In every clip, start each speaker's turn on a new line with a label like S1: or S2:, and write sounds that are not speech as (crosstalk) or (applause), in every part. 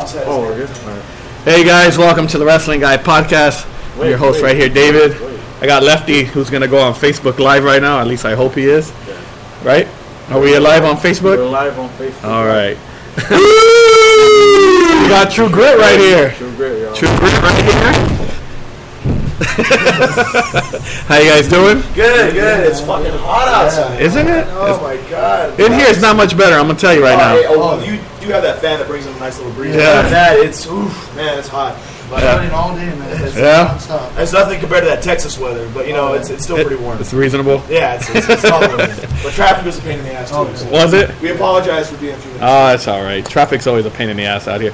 S1: Oh, we're good. All right.
S2: Hey guys, welcome to the Wrestling Guy Podcast. I'm
S1: Wait,
S2: your host
S1: wait,
S2: right here, David.
S1: wait.
S2: I got Lefty, who's gonna go on Facebook Live right now. At least I hope he is.
S1: Yeah.
S2: Right? Are we live on
S1: We're
S2: Facebook?
S1: live on Facebook.
S2: All right. (laughs) we got True Grit right here.
S1: True Grit, y'all.
S2: True Grit right here. (laughs) How you guys doing?
S1: Good, good. It's fucking hot outside.
S2: Isn't it?
S1: Oh my god.
S2: In here, it's not much better. I'm gonna tell you right
S3: Oh, hey,
S2: now.
S3: oh, well, you do have that fan that brings in a nice little breeze.
S2: Yeah.
S3: Other than That it's oof, man, it's hot. But
S2: Yeah.
S3: it's all day, man. It's,
S2: Yeah.
S4: nonstop.
S3: it's nothing compared to that Texas weather, but you know, it's it's still pretty warm.
S2: It's reasonable.
S3: Yeah, it's it's,
S2: (laughs)
S3: it's tolerable. but traffic was a pain in the ass too. So
S2: Was it?
S3: we apologize for being a few minutes.
S2: Oh, it's all right. Traffic's always a pain in the ass out here.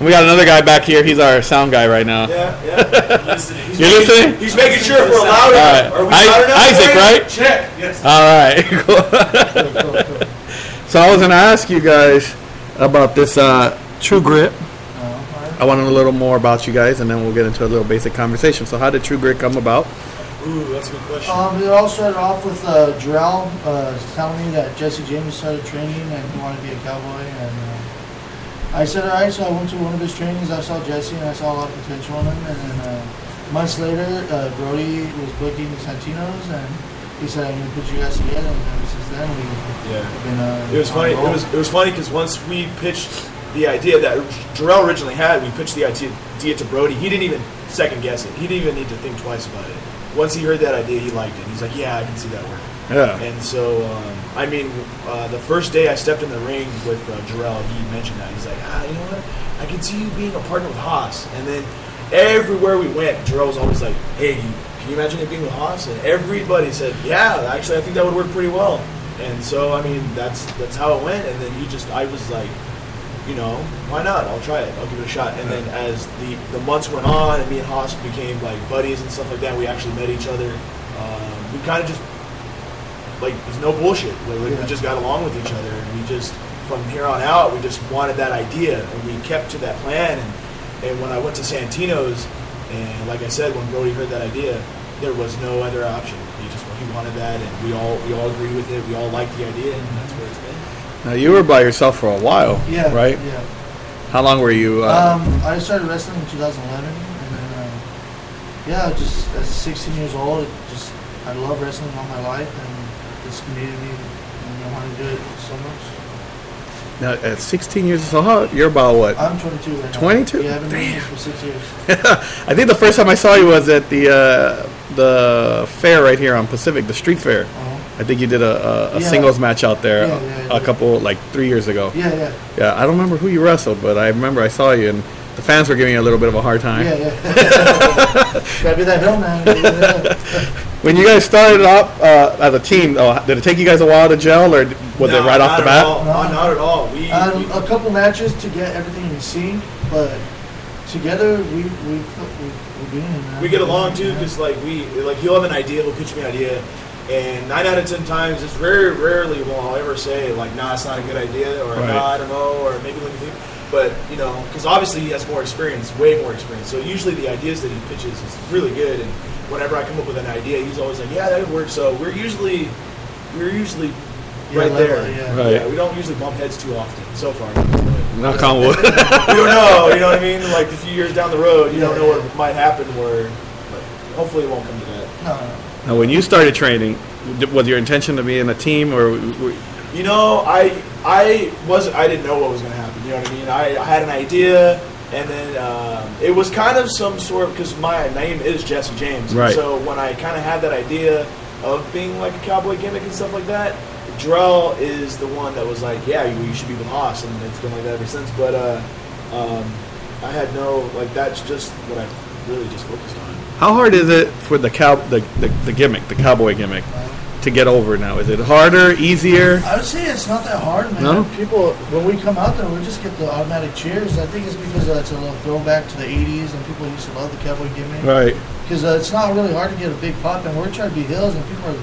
S2: We got another guy back here. He's our sound guy right now.
S3: yeah, yeah.
S2: (laughs) You listening?
S3: He's making sure if we're loud
S2: All right.
S3: enough. Are we
S2: I-
S3: loud enough?
S2: Isaac, right?
S3: for you?
S2: Uh,
S3: Check. Yes.
S2: All right. (laughs) Cool. so I was gonna ask you guys about this uh, True Grit. I want to know a little more about you guys, and then we'll get into a little basic conversation. So, how did True Grit come about?
S3: Ooh, that's a good question.
S4: Um, it all started off with uh, Jarrell uh, telling me that Jesse James started training and he wanted to be a cowboy. And uh, I said, all right, so I went to one of his trainings. I saw Jesse and I saw a lot of potential in him. And then uh, months later, uh, Brody was booking Santino's and he said, I'm going to put you guys together. And ever since then, we've
S3: Yeah.
S4: been uh,
S3: It was
S4: on
S3: funny.
S4: a
S3: It
S4: roll.
S3: was it was funny because once we pitched the idea that Jarrell originally had, we pitched the idea to Brody. He didn't even second guess it. He didn't even need to think twice about it. Once he heard that idea, he liked it. He's like, "Yeah, I can see that working."
S2: Yeah.
S3: And so, um, I mean, uh, the first day I stepped in the ring with uh, Jarrell, he mentioned that. He's like, ah, you know what? I can see you being a partner with Haas. And then everywhere we went, Jarrell was always like, hey, you, can you imagine it being with Haas? And everybody said, yeah, actually, I think that would work pretty well. And so, I mean, that's that's how it went. And then he just, I was like, you know, why not? I'll try it. I'll give it a shot. And then as the, the months went on, and me and Haas became like buddies and stuff like that, we actually met each other. Um, we kind of just like there's no bullshit. Like, like,
S4: Yeah.
S3: We just got along with each other, and we just from here on out, we just wanted that idea, and we kept to that plan. And, and when I went to Santino's, and like I said, when Brody heard that idea, there was no other option. He just he wanted that, and we all we all agreed with it. We all liked the idea, and that's where it's been.
S2: Now you were by yourself for a while.
S4: Yeah.
S2: Right.
S4: Yeah.
S2: How long were you? Uh,
S4: Um, I started wrestling in 2011, and then uh, yeah, just at 16 years old, it just I love wrestling all my life, and it's made me and I want to do it so much.
S2: now, at 16 years. So how? You're about what?
S4: I'm 22 right now.
S2: 22?
S4: Yeah, I've been doing this for six years.
S2: (laughs) I think the first time I saw you was at the uh, the fair right here on Pacific, the street fair.
S4: Uh-huh.
S2: I think you did a, a, a
S4: Yeah.
S2: singles match out there
S4: Yeah,
S2: a-
S4: yeah, I
S2: a,
S4: did.
S2: couple like three years ago.
S4: Yeah, yeah,
S2: Yeah, I don't remember who you wrestled, but I remember I saw you, and the fans were giving you a little bit of a hard time.
S4: yeah, yeah. Gotta be that hill man. Gotta be that hill.
S2: When you guys started up uh, as a team, though, did it take you guys a while to gel, or d- was
S3: No,
S2: it right off the
S3: not at
S2: bat?
S3: all. No, not at all. We, (laughs) we-
S4: Um, a couple matches to get everything in sync, but together we we we we're doing it. man.
S3: we get along too
S4: Yeah.
S3: because like we like he'll have an idea he'll pitch me an idea and nine out of ten times it's very rarely will i ever say like nah it's not a good idea or
S2: Right.
S3: nah i don't know or maybe let me think but you know because obviously he has more experience way more experience so usually the ideas that he pitches is really good and whenever i come up with an idea he's always like yeah that would work so we're usually we're usually
S4: Yeah,
S3: right
S4: level,
S3: there
S4: yeah.
S2: Right.
S3: we don't usually bump heads too often so far But-
S2: Knock on wood. (laughs)
S3: you don't know. You know what I mean? Like a few years down the road, you
S4: Yeah.
S3: don't know what might happen. Where, but hopefully, it won't come to that.
S4: No, no, no.
S2: now, when you started training, d- was your intention to be in a team, or w- w-
S3: You know, I I was I didn't know what was going to happen. You know what I mean? I, I had an idea, and then um, it was kind of some sort because my name is Jesse James.
S2: Right.
S3: So when I kind of had that idea of being like a cowboy gimmick and stuff like that, Drell is the one that was like, "Yeah, you, you should be with Haas," and it's been like that ever since. But uh, um, I had no like that's just what I really just focused on.
S2: how hard is it for the cow the, the, the gimmick, the cowboy gimmick, to get over now? Is it harder, easier?
S4: I would say it's not that hard, man.
S2: No?
S4: People, when we come out there, we just get the automatic cheers. I think it's because uh, it's a little throwback to the 80s and people used to love the cowboy gimmick.
S2: Right.
S4: Because uh, it's not really hard to get a big pop, and we're trying to be hills, and people are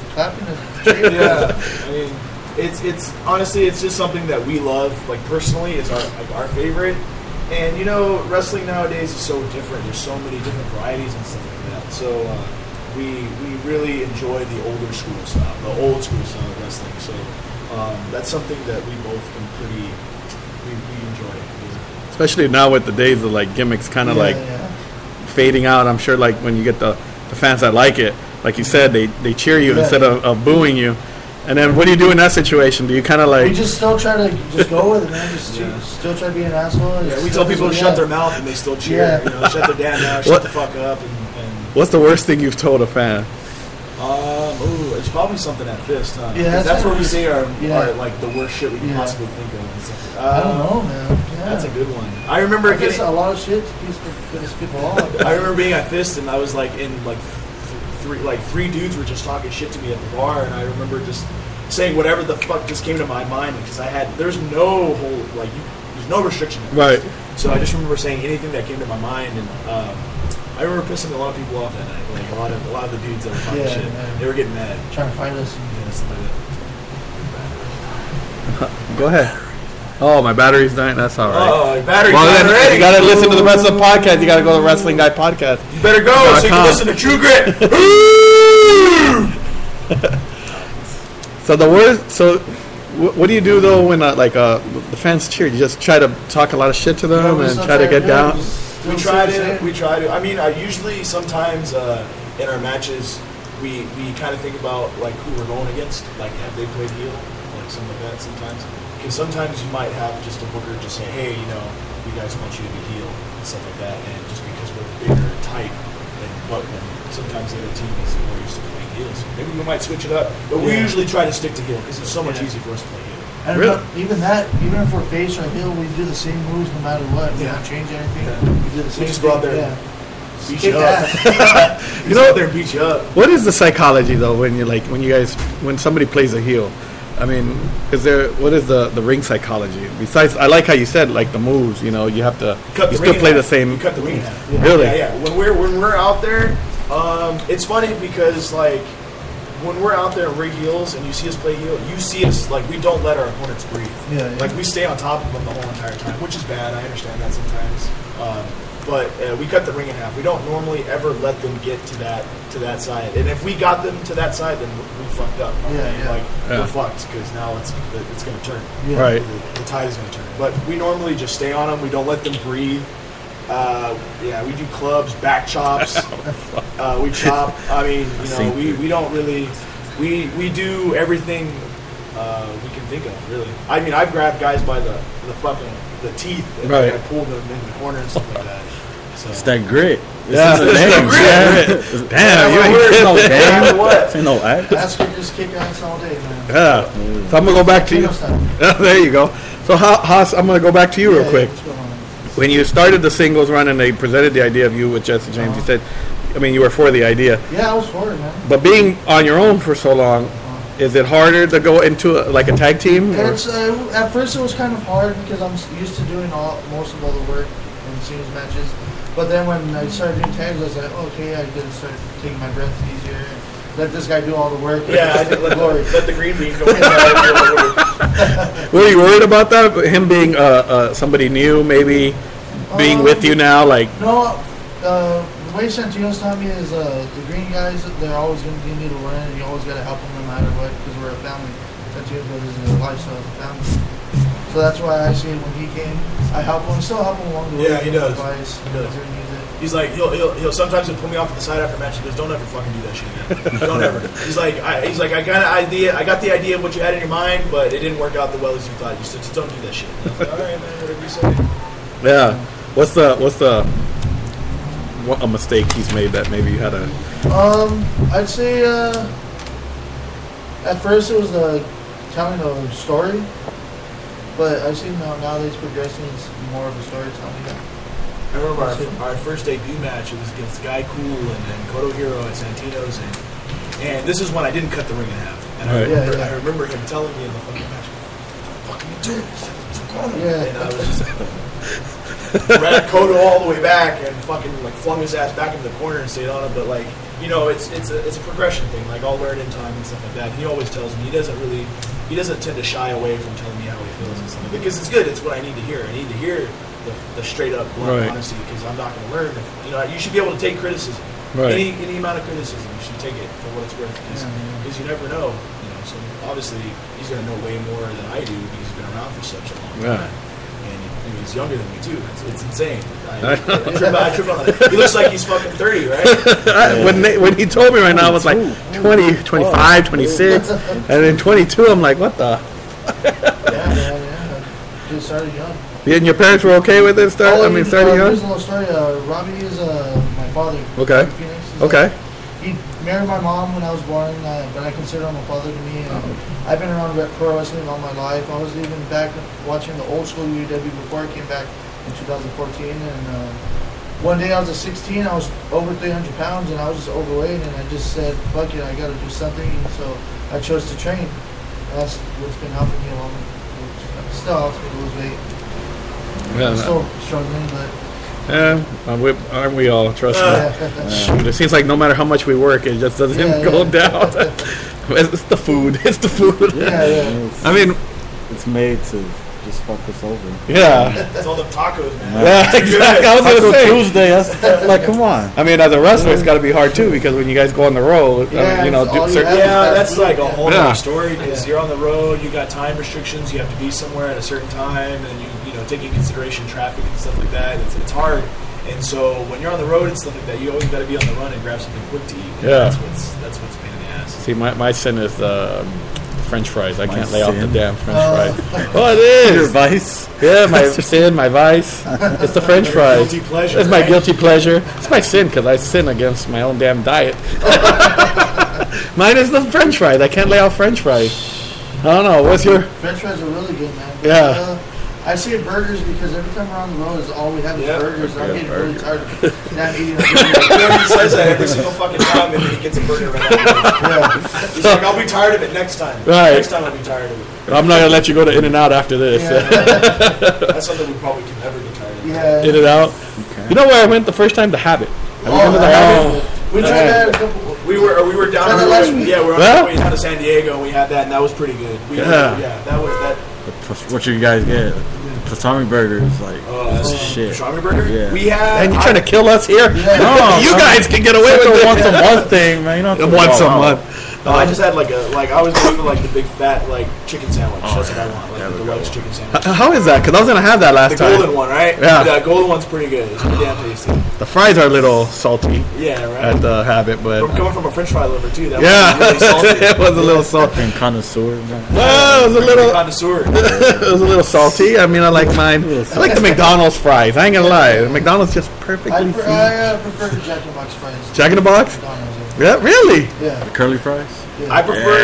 S2: (laughs)
S4: clapping and cheering.
S3: yeah, (laughs) I mean, it's it's honestly, it's just something that we love. Like personally, it's our like our favorite. And you know, wrestling nowadays is so different. There's so many different varieties and stuff like that. So uh, we we really enjoy the older school style, the old school style of wrestling. So um, that's something that we both can pretty we, we enjoy. It's
S2: especially now with the days of like gimmicks kind of
S4: Yeah,
S2: like
S4: yeah.
S2: fading out. I'm sure like when you get the, the fans that like it, like you said, they, they cheer you
S4: Yeah.
S2: instead of, of booing you. And then what do you do in that situation? Do you kind of
S4: we
S2: like
S4: just still try to just go with it, man. Just
S3: Yeah.
S4: still try to be an asshole.
S3: Yeah,
S4: Just
S3: we
S4: still
S3: tell people
S4: do
S3: to
S4: what
S3: shut
S4: we
S3: their
S4: have.
S3: mouth and they still cheer.
S4: Yeah.
S3: You know, shut their damn mouth,
S2: What-
S3: shut the fuck up. And, and
S2: what's the worst thing you've told a fan?
S3: um, ooh, it's probably something at fist, huh?
S4: Yeah,
S3: 'Cause
S4: that's
S3: that's, where we
S4: what-
S3: say our,
S4: yeah.
S3: our like the worst shit we can
S4: Yeah.
S3: possibly think of. It's like,
S4: I
S3: um,
S4: don't know, man. Yeah.
S3: That's a good one. I remember
S4: I guess
S3: getting,
S4: a lot of shit pisses pisses people off.
S3: (laughs) I remember being at Fist and I was like in like th- three like three dudes were just talking shit to me at the bar and I remember just saying whatever the fuck just came to my mind because I had there's no whole like you, there's no restriction at
S2: Right.
S3: Fist. so I just remember saying anything that came to my mind and um, I remember pissing a lot of people off that night like a lot of a lot of the dudes that were talking
S4: Yeah,
S3: shit
S4: man.
S3: they were getting mad
S4: Trying to fight us.
S3: yeah, stuff like that.
S2: Go ahead. Oh, my battery's dying. That's all right.
S3: oh battery
S2: Well,
S3: got
S2: then,
S3: ready.
S2: you gotta listen to the rest of the podcast. You gotta go to the Wrestling Guy podcast. (laughs)
S3: You better go so you
S2: .com.
S3: can listen to True Grit
S2: (laughs) So the worst. So, wh- what do you do though when uh, like uh, the fans cheer? You just try to talk a lot of shit to them
S4: We
S2: and
S4: still
S2: try to get
S4: do it,
S2: down.
S4: just
S3: We
S4: still
S3: try
S4: say the
S3: to.
S4: same.
S3: We try to. I mean, I usually sometimes uh, in our matches we we kind of think about like who we're going against. Like, have they played heel? Like something like that. Sometimes because sometimes you might have just a booker just say, hey, you know, we guys want you to be heel and stuff like that. And just because we're the bigger type, and what and sometimes the other team is more used to playing heel. So maybe we might switch it up. But we
S4: Yeah.
S3: usually try to stick to heel because it's so much
S4: Yeah.
S3: easier for us to play heel.
S4: And
S2: Really?
S4: Even that, even if we're face or heel, we do the same moves no matter what. We
S3: Yeah.
S4: don't change anything.
S3: Yeah.
S4: We do the same.
S3: just go out
S4: thing,
S3: there and
S4: Yeah.
S3: Beat
S4: Kick
S3: you up.
S4: ass.
S2: You
S3: (laughs) You
S2: know-
S3: know, they're beat you up.
S2: What is the psychology though when you like when you guys when somebody plays a heel? I mean, is there what is the the ring psychology? Besides, I like how you said like the moves. You know, you have to
S3: cut
S2: you
S3: the
S2: still
S3: ring in
S2: play the
S3: half.
S2: same.
S3: You cut the ring in half.
S2: Yeah. Really?
S3: Yeah, yeah. When we're when we're out there, um, it's funny because like when we're out there and we're heels and you see us play heel, you see us like we don't let our opponents breathe.
S4: Yeah, yeah.
S3: Like we stay on top of them the whole entire time, which is bad. I understand that sometimes. Um, but uh, we cut the ring in half. We don't normally ever let them get to that to that side. And if we got them to that side, then we fucked up. aren't
S4: Yeah,
S3: we?
S4: yeah.
S3: Like
S2: Yeah.
S3: we're fucked because now it's it's going to turn
S4: Yeah.
S2: Right.
S3: the, the tide is going to turn. But we normally just stay on them. We don't let them breathe. Uh, yeah, we do clubs, back
S2: (laughs)
S3: chops. uh, we chop. I mean, you know, we, we don't really. We we do everything uh, we can think of. Really. I mean, I've grabbed guys by the, the fucking the teeth and
S2: Right.
S3: I pulled them in the corner and stuff like that. So.
S5: It's that grit. This
S2: Yeah,
S5: is the
S2: it's
S5: name.
S2: that
S5: Yeah.
S2: Damn, you ain't
S5: It's
S2: kidding.
S5: no
S3: (laughs) No matter
S5: game.
S3: what?
S5: It's ain't no act.
S4: That's good. Just kick ass all day, man.
S2: Yeah. So I'm gonna go back to you.
S4: Potato style.
S2: (laughs) there you go. So Ha- Haas, I'm gonna go back to you real
S4: Yeah,
S2: quick.
S4: what's going on?
S2: When you started the singles run and they presented the idea of you with Jesse James,
S4: Uh-huh.
S2: you said, I mean, you were for the idea.
S4: Yeah, I was for it, man.
S2: But being on your own for so long, is it harder to go into a, like a tag team? or-
S4: It's uh, at first it was kind of hard because I'm s- used to doing all most of all the work in singles matches. But then when I started doing tags, I was like, okay, I can start taking my breath easier. Let this guy do all the work.
S3: Yeah,
S4: (laughs)
S3: I think let, the- let the green bean go
S2: (laughs)
S3: in.
S2: Were you worried about that? Him being uh, uh, somebody new, maybe being
S4: Um,
S2: with you now, like
S4: No, uh, the way Santino's taught me is uh, the green guys, they're always going to give you the win, and you always got to help them no matter what because we're a family. Santino's brothers is a lifestyle of a family. So that's why I see it when he came. I help him, still help him along the way.
S3: Yeah, he
S4: give him
S3: does.
S4: Advice,
S3: He does.
S4: give him music.
S3: He's like, he'll, he'll, he'll sometimes he'll pull me off to the side after a match. He goes, "Don't ever fucking do that shit again. Don't ever." He's like, I, he's like, I got an idea. I got the idea of what you had in your mind, but it didn't work out the well as you thought. You said, just don't do that shit. And I was like, All right, man. Whatever you say.
S2: yeah. What's the what's the what a mistake he's made that maybe you had a (laughs)
S4: Um, I'd say uh, at first it was the telling a story, but I see now nowadays progressing is more of a storytelling.
S3: (laughs) I remember our, our first debut match. It was against Guy Cool and, and Koto Hiro at Santino's, and and this is when I didn't cut the ring in half. And I
S2: Right.
S3: remember,
S4: Yeah, yeah.
S3: I remember him telling me in the fucking match, "What the fuck are you doing? What's going on?"
S4: Yeah.
S3: And I was just like, ran Koto all the way back and fucking like flung his ass back into the corner and stayed on it. But like, you know, it's it's a it's a progression thing. Like I'll learn in time and stuff like that. And he always tells me he doesn't really he doesn't tend to shy away from telling me how he feels and stuff because it's good. It's what I need to hear. I need to hear the, the straight up blunt
S2: Right.
S3: honesty because I'm not going to learn. If, you know, you should be able to take criticism.
S2: Right.
S3: Any any amount of criticism, you should take it for what it's worth because you never know. You know, so obviously he's going to know way more than I do because he's been around for such a long
S2: Yeah.
S3: time. And, and He's younger than me too. It's, it's
S2: (laughs)
S3: insane. I, I trip, I trip on it. He looks like he's fucking thirty,
S2: (laughs)
S3: right?
S2: I- when they, when he told me right now, I was like 20, 25,
S4: Oh. (laughs)
S2: 26, and then 22. I'm like, what the?
S4: Yeah, man, yeah. Just started young.
S2: And your parents were okay with it? Start,
S4: Oh,
S2: I mean,
S4: you-
S2: starting
S4: uh,
S2: young.
S4: Original story. Uh, Robbie is uh, my father.
S2: Okay.
S4: From Phoenix. He's, uh,
S2: Okay.
S4: He married my mom when I was born, uh, but I consider him a father to me. And
S2: Oh.
S4: I've been around re- pro wrestling all my life. I was even back watching the old school UW before I came back in 2014. And uh, one day I was at 16, I was over 300 pounds, and I was just overweight. And I just said, "Fuck it, I got to do something." And so I chose to train. That's what's been helping me along. which Still helps me lose weight.
S2: Yeah,
S4: I'm
S2: no.
S4: still struggling, but
S2: Yeah, aren't we- aren't we all? Trust me.
S4: yeah.
S2: Shoot, it seems like no matter how much we work, it just doesn't (laughs)
S4: Yeah,
S2: go
S4: yeah.
S2: down. it's, it's the food. It's the food.
S4: (laughs) Yeah, yeah.
S1: It's,
S2: I mean,
S1: it's made to just fuck us over.
S2: yeah.
S3: It's all the tacos, man.
S2: Yeah, (laughs) exactly. I was going to
S1: Taco
S2: say.
S1: Tuesday, that's like, come on.
S2: I mean, as a wrestler, it's got to be hard too because when you guys go on the road, I mean,
S4: Yeah,
S2: you know,
S4: it's
S2: do
S4: all you
S2: certain,
S4: have.
S3: Yeah, that's like a whole
S2: Yeah.
S3: other story because you're on the road, you got time restrictions, you have to be somewhere at a certain time, and you you know taking consideration traffic and stuff like that. It's, it's hard, and so when you're on the road and stuff like that, you always got to be on the run and grab something quick to eat. And
S2: Yeah.
S3: that's what's that's what's a pain in the ass.
S2: See, my, my sin is um, French fries. I
S1: My
S2: can't lay off the
S1: sin?
S2: damn French
S4: Oh. (laughs)
S2: fries. Oh, it is.
S1: vice.
S2: Yeah, my sin, my vice. It's the French fries.
S3: Guilty pleasure.
S2: It's my
S3: right?
S2: guilty pleasure. It's my sin because I sin against my own damn diet. (laughs) Mine is the French fries. I can't lay off French fries. I don't know. What's your?
S4: French fries are really good, man.
S2: Yeah.
S4: Uh, I see it burgers because every time we're on the road, is all we have is
S3: Yeah.
S4: burgers. I'm
S1: Yeah,
S4: getting really
S1: burger.
S4: tired
S3: (laughs)
S4: of not eating.
S2: (laughs)
S4: A burger.
S3: He says that every single fucking time, and then he gets a burger
S2: (laughs)
S3: right after. He's like, "I'll be tired of it next time.
S2: Right.
S3: Next time, I'll be tired of it."
S2: I'm not gonna let you go to In and Out after this.
S4: yeah,
S3: That's something we probably can never get tired of.
S4: yeah.
S2: In and Out.
S1: Okay.
S2: You know where I went the first time? The Habit. Have you
S4: Oh,
S2: been to the
S4: I
S2: Habit?
S4: We tried
S2: Yeah.
S4: that a couple.
S3: We were we were down
S4: Kinda
S3: we were-
S4: last week.
S3: yeah we were on
S2: Yeah.
S3: our way down to San Diego and we had that and that was pretty good. We,
S2: Yeah.
S3: yeah, that was that.
S1: What you guys get? Pastrami burger is like
S3: Uh,
S1: it's
S3: um,
S1: shit.
S3: Pastrami burger.
S1: Yeah.
S3: We had.
S2: And you
S3: I-
S2: trying to kill us here?
S1: No,
S2: you
S1: no.
S2: guys can get away
S1: It's
S2: with
S1: like
S2: it
S1: a once a month thing, man. You don't have to-
S2: Once a
S1: Wow.
S2: month.
S3: no, I just had like a like I was going for like the big fat like chicken sandwich.
S2: Oh,
S3: That's what I want. Like
S1: There
S3: the
S1: we
S3: deluxe
S1: go.
S2: (laughs)
S3: chicken sandwich.
S2: Uh, How is that? Because I was gonna have that last
S3: The
S2: time.
S3: golden one, right?
S2: Yeah.
S3: The golden one's pretty good. It's pretty damn tasty.
S2: The fries are a little salty
S3: Yeah, right.
S2: at the Habit, but
S3: from, coming from a French fry lover too.
S2: (laughs)
S3: That
S2: yeah,
S3: was
S2: (laughs)
S3: really
S2: it
S3: salty.
S2: was a little salty.
S1: Fucking connoisseur. man.
S2: Well, it was a little,
S3: Connoisseur.
S2: it was a little salty. I mean, I like mine. I like the McDonald's fries. I ain't gonna lie, the McDonald's just
S4: I,
S2: perfectly.
S4: pre- I uh, prefer the Jack in the Box fries.
S2: Jack in the Box.
S4: McDonald's.
S2: Yeah, really.
S4: Yeah.
S1: Curly fries.
S4: yeah.
S3: I prefer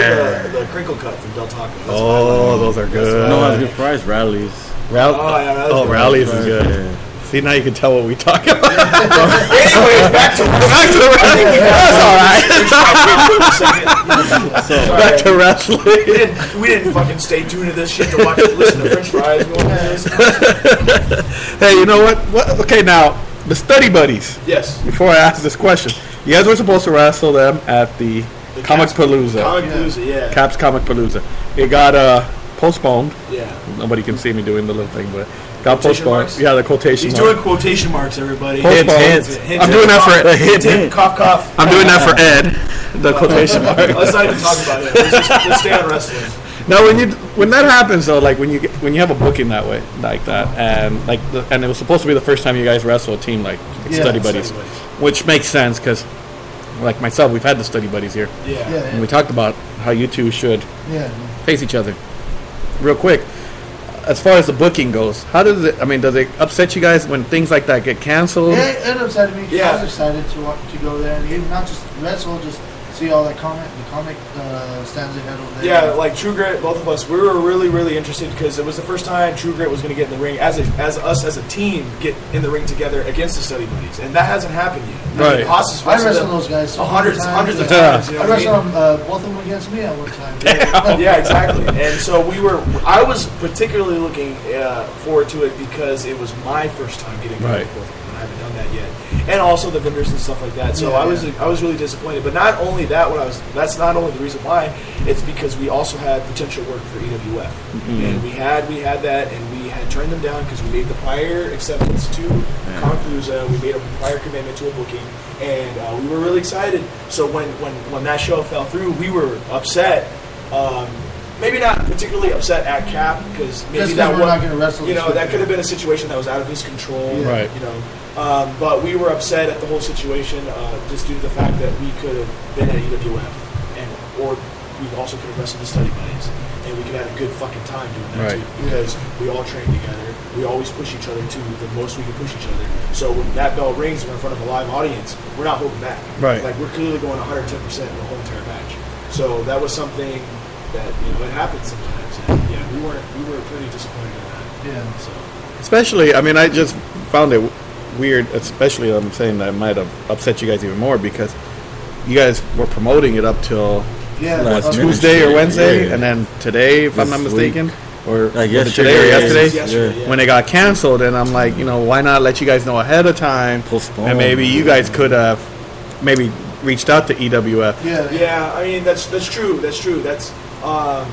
S1: Yeah.
S3: the, the crinkle cut from Del Taco. That's what I like.
S2: Oh, those are good.
S1: You know what's good fries? Rallies.
S2: Rall-
S3: Oh, yeah, that's
S2: oh
S3: good.
S2: rallies is good.
S1: Yeah.
S2: See, now you can tell what we talk about.
S3: Anyways, (laughs) back to
S2: (laughs) Back to the wrestling.
S3: (laughs)
S2: That's all right. (laughs) Back to wrestling. (laughs)
S3: We didn't, we didn't fucking stay tuned to this shit to watch listen to French fries. We wanted to listen-
S2: Hey, you know what? what? Okay, now the study buddies.
S3: Yes.
S2: Before I ask this question, you guys were supposed to wrestle them at the,
S3: The
S2: Comic Palooza,
S3: Comic Palooza, yeah.
S2: Caps Comic Palooza. It got uh, postponed.
S3: yeah.
S2: Nobody can see me doing the little thing, but got
S3: Quotation
S2: postponed.
S3: marks?
S2: Yeah, the quotation.
S3: He's
S2: mark.
S3: doing quotation marks, everybody.
S2: Hint, hint. I'm doing that for-
S3: cough,
S2: hint,
S3: hint,
S2: hint.
S3: Cough, cough.
S2: I'm doing that for Ed. The quotation mark.
S3: Let's not even talk about it. Let's, just, let's stay on wrestling.
S2: (laughs) Now, when you when that happens though, like when you get, when you have a booking that way, like that, and like the, and it was supposed to be the first time you guys wrestle a team like, like
S4: Yeah,
S2: study
S4: study
S2: buddies,
S3: buddies.
S2: which makes sense because like myself, we've had the study buddies here,
S3: Yeah.
S4: Yeah.
S2: and we talked about how you two should
S4: yeah.
S2: face each other. Real quick, as far as the booking goes, how does it? I mean, does it upset you guys when things like that get canceled?
S4: Yeah, it upset me. 'cause I
S3: Yeah.
S4: was excited to wa- to go there and even not just wrestle, just see all that comic, the comic uh, stands they had over there.
S3: Yeah, like True Grit, both of us, we were really, really interested because it was the first time True Grit was going to get in the ring as a, as us as a team get in the ring together against the Study Buddies, and that hasn't happened yet. I mean,
S2: Right.
S3: Haas has
S4: I wrestled
S3: them
S4: those guys so
S3: hundreds,
S4: many
S3: hundreds of
S4: times, yeah.
S3: times. You know
S4: I
S3: what mean?
S4: wrestled them, uh, both of them against me at one
S2: (laughs)
S4: time. Yeah.
S3: yeah, exactly. And so we were. I was particularly looking uh, forward to it because it was my first time getting
S2: Right.
S3: right. and I haven't done that yet. And also the vendors and stuff like that. So
S4: Yeah,
S3: I was
S4: yeah.
S3: I was really disappointed. But not only that, what I was that's not only the reason why. It's because we also had potential work for EWF, and we had we had that, and we had turned them down because we made the prior acceptance to yeah. We made a prior commitment to a booking, and uh, we were really excited. So when when when that show fell through, we were upset. Um, maybe not particularly upset at Cap because maybe
S4: Just
S3: that
S4: 'cause we're
S3: one-
S4: not gonna wrestle
S3: You
S4: this
S3: know, that
S4: weekend.
S3: could have been a situation that was out of his control.
S4: Yeah.
S2: Right.
S3: You know, um, but we were upset at the whole situation uh, just due to the fact that we could have been at EWF and or we also could have wrestled the study buddies and we could have had a good fucking time doing that
S2: Right.
S3: too because we all train together. We always push each other to the most we can push each other. So when that bell rings, and we're in front of a live audience. We're not holding back.
S2: Right.
S3: Like we're clearly going 110 percent the whole entire match. So that was something that you know it happens sometimes. And yeah, we weren't we were pretty disappointed in that.
S4: Yeah.
S3: So
S2: Especially, I mean, I just found it weird. Especially, I'm saying that might have upset you guys even more because you guys were promoting it up till
S4: Yeah.
S1: Last
S4: that's-
S1: minute.
S2: Tuesday or Wednesday,
S1: Yeah.
S2: and then today, if I'm not
S1: This
S2: mistaken, or
S1: Like
S2: was it today or
S1: yesterday, yeah.
S2: yesterday,
S3: Yesterday, yeah.
S2: when it got canceled. And I'm like, you know, why not let you guys know ahead of time?
S1: Postpone.
S2: And maybe you guys could have maybe reached out to E EWF.
S4: Yeah.
S3: yeah, I mean that's that's true. That's true. That's um,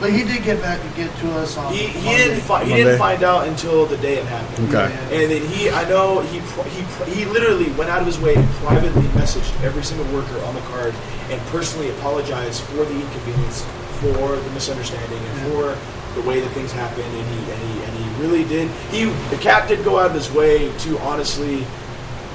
S4: But he did get back and get to us on.
S3: he he
S4: Monday.
S3: didn't fi- he
S2: Monday.
S3: didn't find out until the day it happened.
S2: Okay.
S3: And then he, I know he pr- he pr- he literally went out of his way and privately messaged every single worker on the card and personally apologized for the inconvenience, for the misunderstanding, and for the way that things happened. And he and he and he really did. He the cap did go out of his way to honestly.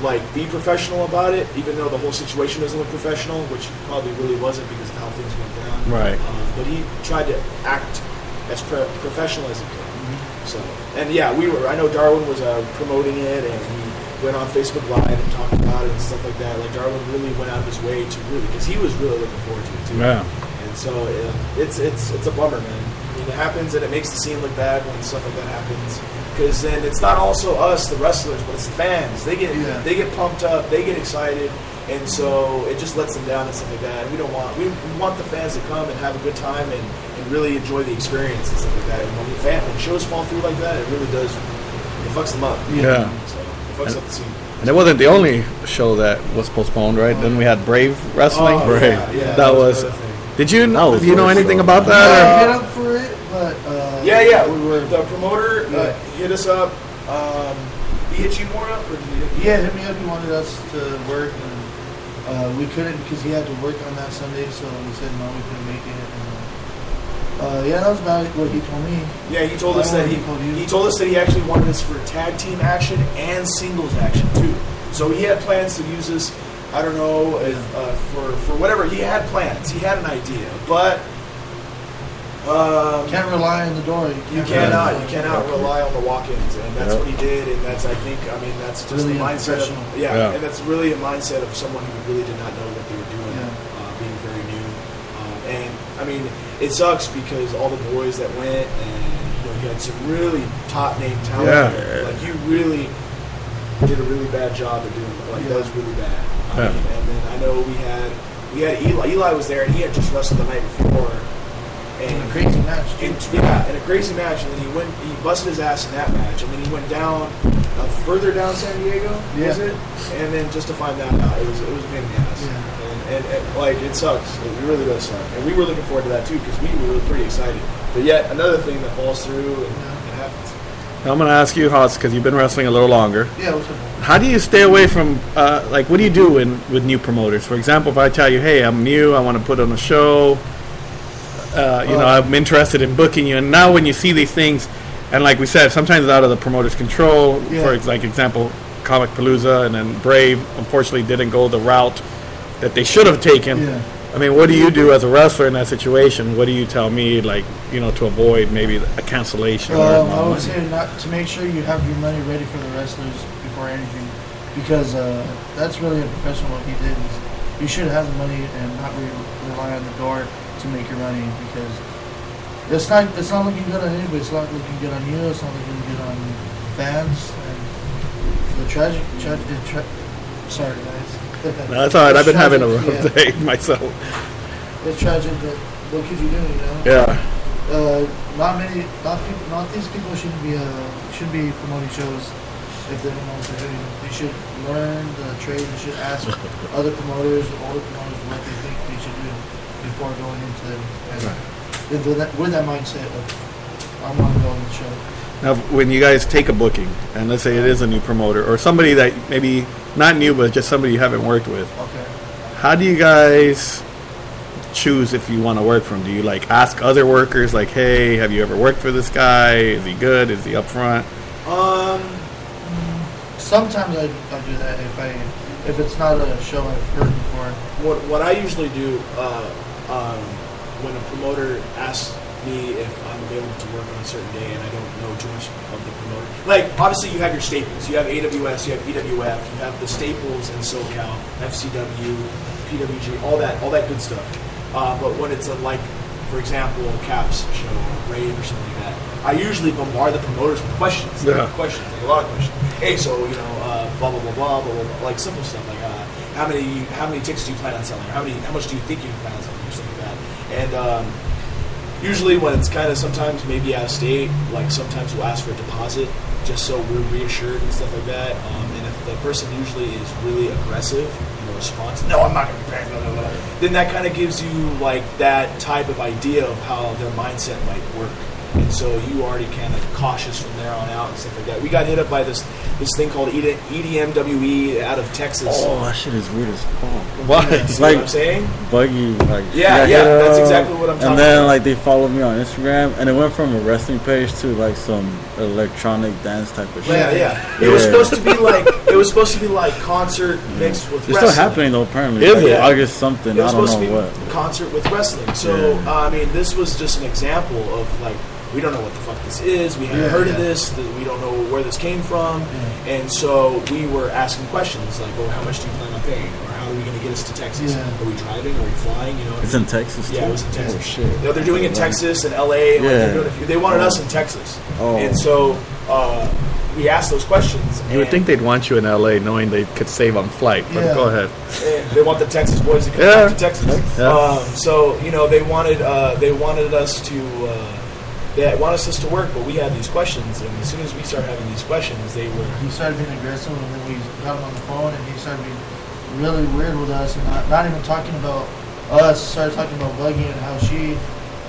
S3: Like be professional about it, even though the whole situation doesn't look professional, which probably really wasn't because of how things went down.
S2: Right.
S3: Uh, but he tried to act as pro- professional as he could. So, and yeah, we were. I know Darwin was uh, promoting it, and he went on Facebook Live and talked about it and stuff like that. Like Darwin really went out of his way to really, because he was really looking forward to it too.
S2: Yeah.
S3: And so uh, it's it's it's a bummer, man. I mean, it happens, and it makes the scene look bad when stuff like that happens. Because then it's not also us, the wrestlers, but it's the fans. They get
S4: Yeah.
S3: they get pumped up, they get excited, and so it just lets them down and stuff like that. We don't want we, we want the fans to come and have a good time and, and really enjoy the experience and stuff like that. And when, the fan, when shows fall through like that, it really does it fucks them up.
S2: Yeah.
S3: So it fucks up the scene.
S2: And it wasn't the only show that was postponed, right? Then we had Brave Wrestling.
S3: Oh, yeah, yeah,
S2: that was.
S3: another thing.
S2: Did you
S1: That
S2: know?
S1: was
S2: Do you know
S1: worse,
S2: anything
S1: though.
S2: about
S4: Uh,
S2: that?
S4: hit up for it, but uh,
S3: Yeah, yeah.
S4: we were.
S3: The promoter
S4: Yeah.
S3: uh, hit us up. Um, he hit you more up, or did he?
S4: yeah, hit me up. He wanted us to work, and uh, we couldn't because he had to work on that Sunday. So we said no, we couldn't make it. And, uh, yeah, that was about what he told me.
S3: Yeah, he told us
S4: Oh,
S3: that he
S4: he told you.
S3: he told us that he actually wanted us for tag team action and singles action too. So he had plans to use this. I don't know if, uh, for for whatever he had plans. He had an idea, but um,
S4: Can't rely on the door.
S3: you cannot you cannot rely on the walk-ins, and that's
S2: Yep.
S3: what he did. And that's I think I mean that's just
S4: Really
S3: the mindset. Of,
S4: unprofessional.
S3: yeah,
S2: Yeah.
S3: and that's really a mindset of someone who really did not know what they were doing,
S4: Yeah.
S3: uh, being very new. Um, and I mean, it sucks because all the boys that went and you know you had some really top name talent.
S2: Yeah.
S3: there. like you really did a really bad job of doing it. Like that was really bad. I
S2: Yeah.
S3: mean, and then I know we had we had Eli. Eli was there, and he had just wrestled the night before. And
S4: Crazy match. too.
S3: in, yeah, in a crazy match, and then he went, he busted his ass in that match, and then he went down uh, further down San Diego, was
S4: Yeah.
S3: it? And then just to find that out, uh, it was it was a pain in the ass, and,
S4: Yeah.
S3: and, and like it sucks, it really does suck, and we were looking forward to that too because we were pretty excited. But yet another thing that falls through and it happens.
S2: I'm going to ask you, Hots, because you've been wrestling a little longer.
S4: Yeah, what's up?
S2: How do you stay away from uh, like what do you do when, with new promoters? For example, if I tell you, "Hey, I'm new. I want to put on a show. Uh, you know,
S4: Oh.
S2: I'm interested in booking you." And now when you see these things, and like we said, sometimes it's out of the promoter's control.
S4: Yeah.
S2: For ex- like example, Comic Palooza and then Brave unfortunately didn't go the route that they should have taken.
S4: Yeah.
S2: I mean, what do you do as a wrestler in that situation? What do you tell me, like you know, to avoid maybe a cancellation?
S4: Um, I
S2: or
S4: would say not to make sure you have your money ready for the wrestlers before anything, because uh, that's really unprofessional what he did. Is you should have the money and not re- rely on the door to make your money because it's not it's not looking good on anybody. It's not looking good on you. It's not looking good on fans. And the tragic, tragic, tra- sorry guys.
S2: No, that's all right. I've been
S4: (laughs) It's
S2: having a
S4: tragic,
S2: rough day
S4: yeah.
S2: (laughs) myself.
S4: It's tragic, but what could you do? You know.
S2: Yeah.
S4: Uh, not many, not people, not these people should be uh, should be promoting shows if they don't know what they're doing. They should learn the trade. They should ask other promoters, older promoters, what they think they should do before going into them. And with, that, with that mindset of I'm on to go on the show.
S2: Now, when you guys take a booking, and let's say it is a new promoter or somebody that maybe not new, but just somebody you haven't worked with,
S4: Okay.
S2: how do you guys choose if you want to work for him? Do you like ask other workers like, hey, have you ever worked for this guy? Is he good? Is he upfront?
S3: Um,
S4: Sometimes I, I do that if I if it's not a show I've heard before.
S3: what what I usually do uh, um, when a promoter asks me if I'm available to work on a certain day and I don't know too much of the promoter, like obviously you have your staples. You have AWS, you have EWF, you have the staples in SoCal, FCW, PWG, all that all that good stuff. Uh, but when it's a, like, for example, Caps show or Rave or something like that, I usually bombard the promoters with questions,
S2: Yeah.
S3: questions, like a lot of questions. Hey, so you know, uh, blah, blah blah blah blah blah, blah, like simple stuff like uh, how many how many tickets do you plan on selling? How many how much do you think you can plan on selling or something like that? And um, usually when it's kind of sometimes maybe out of state, like sometimes we'll ask for a deposit just so we're reassured and stuff like that. Um, and if the person usually is really aggressive in the response, no, I'm not going to pay, blah, blah, blah, then that kind of gives you like that type of idea of how their mindset might work. And so you already kind of cautious from there on out and stuff like that. We got hit up by this this thing called E ED- EDMWE E out of Texas.
S1: Oh, that shit is weird as fuck.
S2: Why?
S3: See
S1: like-
S3: what I'm saying?
S1: Buggy, like she
S3: Yeah,
S1: got
S3: yeah,
S1: hit
S3: that's
S1: up,
S3: exactly what I'm talking
S1: And then
S3: about.
S1: like they followed me on Instagram, and it went from a wrestling page to like some electronic dance type of shit.
S3: Yeah, yeah. It was
S1: Yeah.
S3: supposed to be like it was supposed to be like concert mixed with
S1: It's still
S3: wrestling.
S1: happening though, apparently.
S2: Is
S1: like,
S3: it?
S1: August something.
S3: It was
S1: I don't
S3: supposed to
S1: know
S3: be
S1: what.
S3: concert with wrestling. So
S1: Yeah.
S3: uh, I mean, this was just an example of like we don't know what the fuck this is. We haven't
S4: Yeah,
S3: heard of
S4: yeah.
S3: this. th- We don't know where this came from. And so we were asking questions like, "Well, how much do you plan on paying? Or how are we going to get us to Texas?
S4: Yeah.
S3: Are we driving? Are we flying? You know."
S1: It's in Texas.
S3: yeah,
S1: too?
S3: it was in Texas.
S1: Oh shit.
S3: You know, they're doing it in Texas and LA. And like,
S1: Yeah.
S3: they're doing a few. They wanted us in Texas.
S1: Oh.
S3: And so uh, we asked those questions.
S2: You would
S3: and-
S2: think they'd want you in LA knowing they could save on flight, but
S4: Yeah.
S2: go ahead.
S3: Yeah, they want the Texas boys to come
S2: Yeah.
S3: back to Texas.
S2: Yeah.
S3: Um, so you know they wanted uh, they wanted us to uh, they wanted us to work, but we had these questions, and as soon as we started having these questions, they were
S4: He started being aggressive, and then we got him on the phone, and he started being really weird with us, and not, not even talking about us. Started talking about Buggy and how she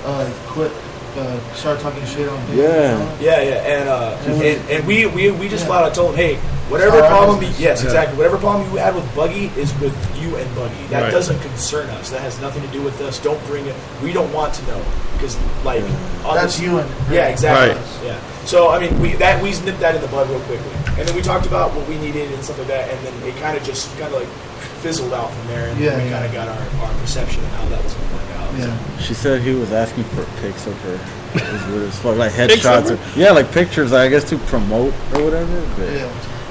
S4: uh, quit. Uh, started talking shit on. Dave,
S1: Yeah.
S4: you know?
S3: yeah yeah, and uh, and, and we we, we just
S4: Yeah.
S3: flat out told them, hey, whatever
S4: our
S3: problem
S4: business.
S3: be, yes
S2: Yeah.
S3: exactly whatever problem you had with Buggy is with you and Buggy. That
S2: Right.
S3: doesn't concern us. That has nothing to do with us. Don't bring it. We don't want to know because like on
S4: That's
S3: this-
S4: you and
S3: Yeah, exactly.
S2: Right.
S3: Yeah. So I mean, we that we nipped that in the bud real quickly, and then we talked about what we needed and stuff like that, and then it kind of just kind of like fizzled out from there, and
S4: Yeah,
S3: then we
S4: yeah.
S3: kind of got our, our perception of how that was going to work out.
S4: Yeah.
S1: She said he was asking for pics of her. It was weird as fuck. Like
S2: Pics of
S1: headshots. Or, yeah, like pictures, I guess, to promote or whatever. But yeah.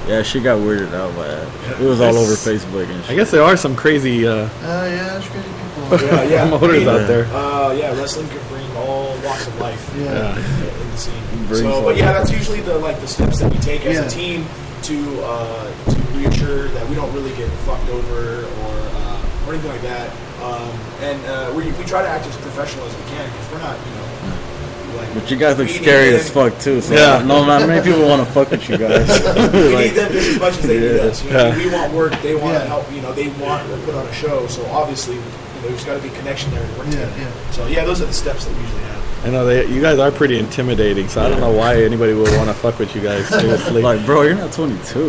S4: Yeah.
S1: she got weirded out by that. It was all over
S2: It's-
S1: Facebook and shit.
S2: I guess there are some crazy uh,
S4: Uh, yeah, that's crazy people.
S3: Yeah, yeah.
S2: promoters
S3: I mean,
S2: out there.
S3: Uh, yeah, wrestling could bring all walks of life
S4: Yeah.
S3: uh, in the scene.
S1: Brings
S3: So,
S1: all-
S3: but yeah, that's usually the like the steps that we take as
S4: Yeah.
S3: a team to uh, to reassure that we don't really get fucked over or uh, or anything like that. Um, and uh, we, we try to act as professional as we can because we're not, you know, like.
S1: But you guys look
S3: we need
S1: scary as
S3: them-
S1: fuck (laughs) too. So
S2: Yeah.
S1: no, not many people want to fuck with you guys.
S2: (laughs)
S3: We
S1: Like,
S3: need them just as much as they need
S1: Yeah.
S3: us. You know,
S2: Yeah.
S3: We want work. They want
S4: Yeah.
S3: help. You know, they want to put on a show. So obviously, you know, there's got to be connection there to work
S4: Yeah,
S3: together.
S4: yeah.
S3: So yeah, those are the steps that we usually have.
S2: I know they, you guys are pretty intimidating, so I don't know why anybody would want to fuck with you guys. Seriously,
S1: like, bro, you're not 22.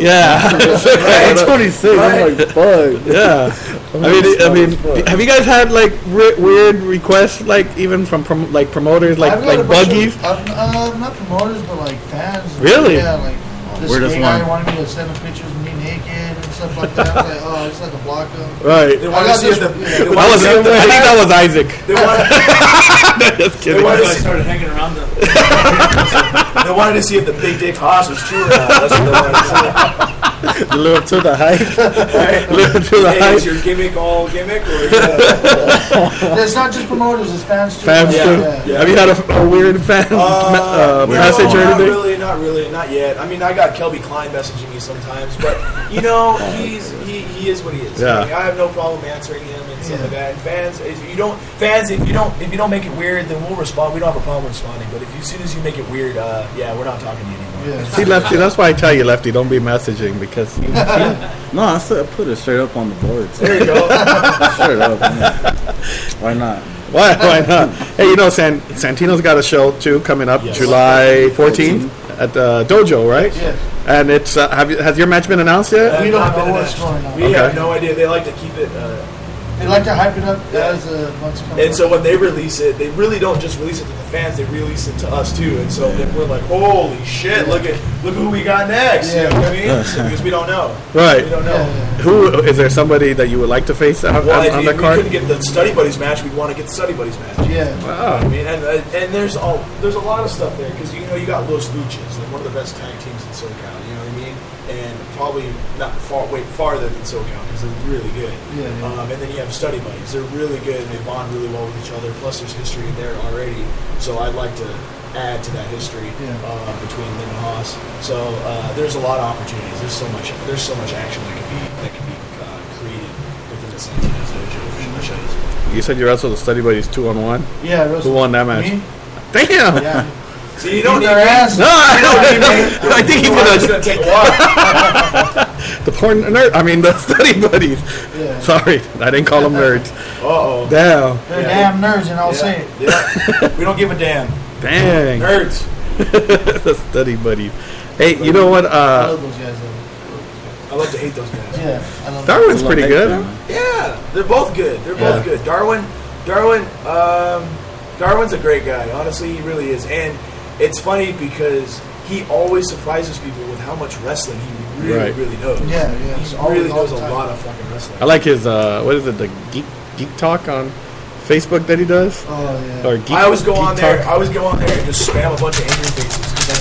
S2: (laughs) yeah, I'm 26.
S1: I'm
S2: (laughs)
S1: like, fuck.
S2: Yeah, I mean, I mean, have you guys had like re- weird requests, like even from prom- like promoters, (laughs) like
S4: I've got a
S2: like
S4: bunch
S2: buggies?
S4: Of, uh, uh, not promoters, but like fans.
S2: Really?
S4: Yeah, like this
S1: We're just
S4: gay guy
S1: one.
S4: wanted me to send him pictures of me naked and stuff like that. I was like, oh, I just like to block him.
S2: Right.
S3: They
S2: That
S4: want-
S3: wanted to see if the,
S4: Yeah.
S3: they wanted to
S2: was
S3: see
S2: I think
S3: if the,
S2: that was Isaac.
S3: they wanted,
S2: Just
S3: they
S2: kidding.
S3: wanted to see, started hanging around (laughs) them. they wanted to see if the big dick Haas was true or not. That's what they wanted
S2: Live up to the
S1: (laughs)
S2: hype.
S3: to see. (laughs) Right?
S2: (laughs) Live up to the
S3: Hey,
S2: hype.
S3: is your gimmick all gimmick or
S2: (laughs)
S3: is that-
S4: It's not just promoters, it's fans too.
S2: Fans
S4: Yeah,
S2: too.
S4: yeah.
S2: Have you had a, a weird fan uh,
S3: no,
S2: message or
S3: Not
S2: anything?
S3: really, not really, not yet. I mean, I got Kelby Klein messaging me sometimes, but you know, he's he, he is what he is.
S2: Yeah.
S3: I, mean, I have no problem answering him and stuff
S4: Yeah.
S3: like that. And fans, if you don't fans, if you don't if you don't make it weird, then we'll respond. We don't have a problem responding. But if you, as soon as you make it weird, uh, yeah, we're not talking to you anymore.
S4: Yeah.
S2: See, Lefty, that's why I tell you, Lefty, don't be messaging because you,
S1: No, I said I put it straight up on the board. So
S3: There you go.
S1: (laughs) straight up. man. Why not?
S2: why, why not? Hey, you know, San, Santino's got a show too coming up
S3: Yes.
S2: July 14th at uh, Dojo, right?
S4: Yes.
S2: And it's uh, have you, has your match been announced yet?
S4: We
S3: I've
S4: don't
S3: not been
S4: know
S3: to
S4: what's
S3: that.
S4: going on.
S3: We have
S2: Okay.
S3: no idea. They like to keep it uh,
S4: They like to hype it up
S3: Yeah.
S4: as the months come.
S3: And so when they release it, they really don't just release it to the fans; they release it to us too. And so then we're like, "Holy shit! Look at look who we got next!" You know what I mean? So, because we don't know.
S2: Right.
S3: We don't know.
S4: Yeah.
S2: Who is there? Somebody that you would like to face on,
S3: Well,
S2: on,
S3: if
S2: on
S3: we,
S2: the
S3: we
S2: card?
S3: couldn't get the study buddies match, we'd want to get the study buddies match.
S4: yeah.
S2: Wow.
S3: I mean, and, uh, and there's all there's a lot of stuff there because you know you got Los Luchas, like one of the best tag teams in SoCal. You know what I mean? And probably not far, wait, farther than SoCal because they're really good.
S4: Yeah, yeah.
S3: Um, and then you have study buddies; they're really good and they bond really well with each other. Plus, there's history there already, so I'd like to add to that history
S4: Yeah.
S3: uh, between them and Haas. So uh, there's a lot of opportunities. There's so much. There's so much action that can be that can be uh, created within the Santino's dojo. for sure.
S2: You said you wrestled the study buddies two on one.
S4: Yeah, Rose-
S2: Who won that match?
S4: Me?
S2: Damn.
S3: (laughs)
S4: Yeah.
S3: See, you don't need
S4: Their
S2: (laughs)
S4: ass.
S2: No, I, don't- (laughs) I think he
S3: It's
S2: put
S3: gonna take a while.
S2: a, the porn nerd. I mean the (laughs) study buddies.
S4: Yeah.
S2: Sorry, I didn't call them nerds.
S3: Uh-oh.
S2: Damn.
S4: They're
S3: Yeah.
S4: damn nerds, and I'll say it.
S3: Yeah. we don't give a damn.
S2: Dang.
S3: Nerds.
S2: the study buddies. Hey, you know what?
S4: I
S2: Uh,
S4: love those guys. Though.
S3: I love to hate those guys.
S4: Yeah, I love them.
S2: Darwin's pretty
S1: Like
S2: good.
S1: them.
S3: Yeah, they're both good. They're
S2: Yeah.
S3: both good. Darwin, Darwin, um, Darwin's a great guy. Honestly, he really is. And it's funny because he always surprises people with how much wrestling he really,
S2: Right.
S3: really knows.
S4: Yeah, yeah.
S3: He
S4: Always,
S3: really
S4: all
S3: knows
S4: the
S3: a
S4: time.
S3: lot of fucking wrestling.
S2: I like his uh, what is it? The geek geek talk on Facebook that he does.
S4: Oh yeah.
S2: Or geek,
S3: Uh, I always go
S2: geek
S3: on there.
S2: Talk.
S3: I always go on there and just spam a bunch of angry faces
S2: (laughs)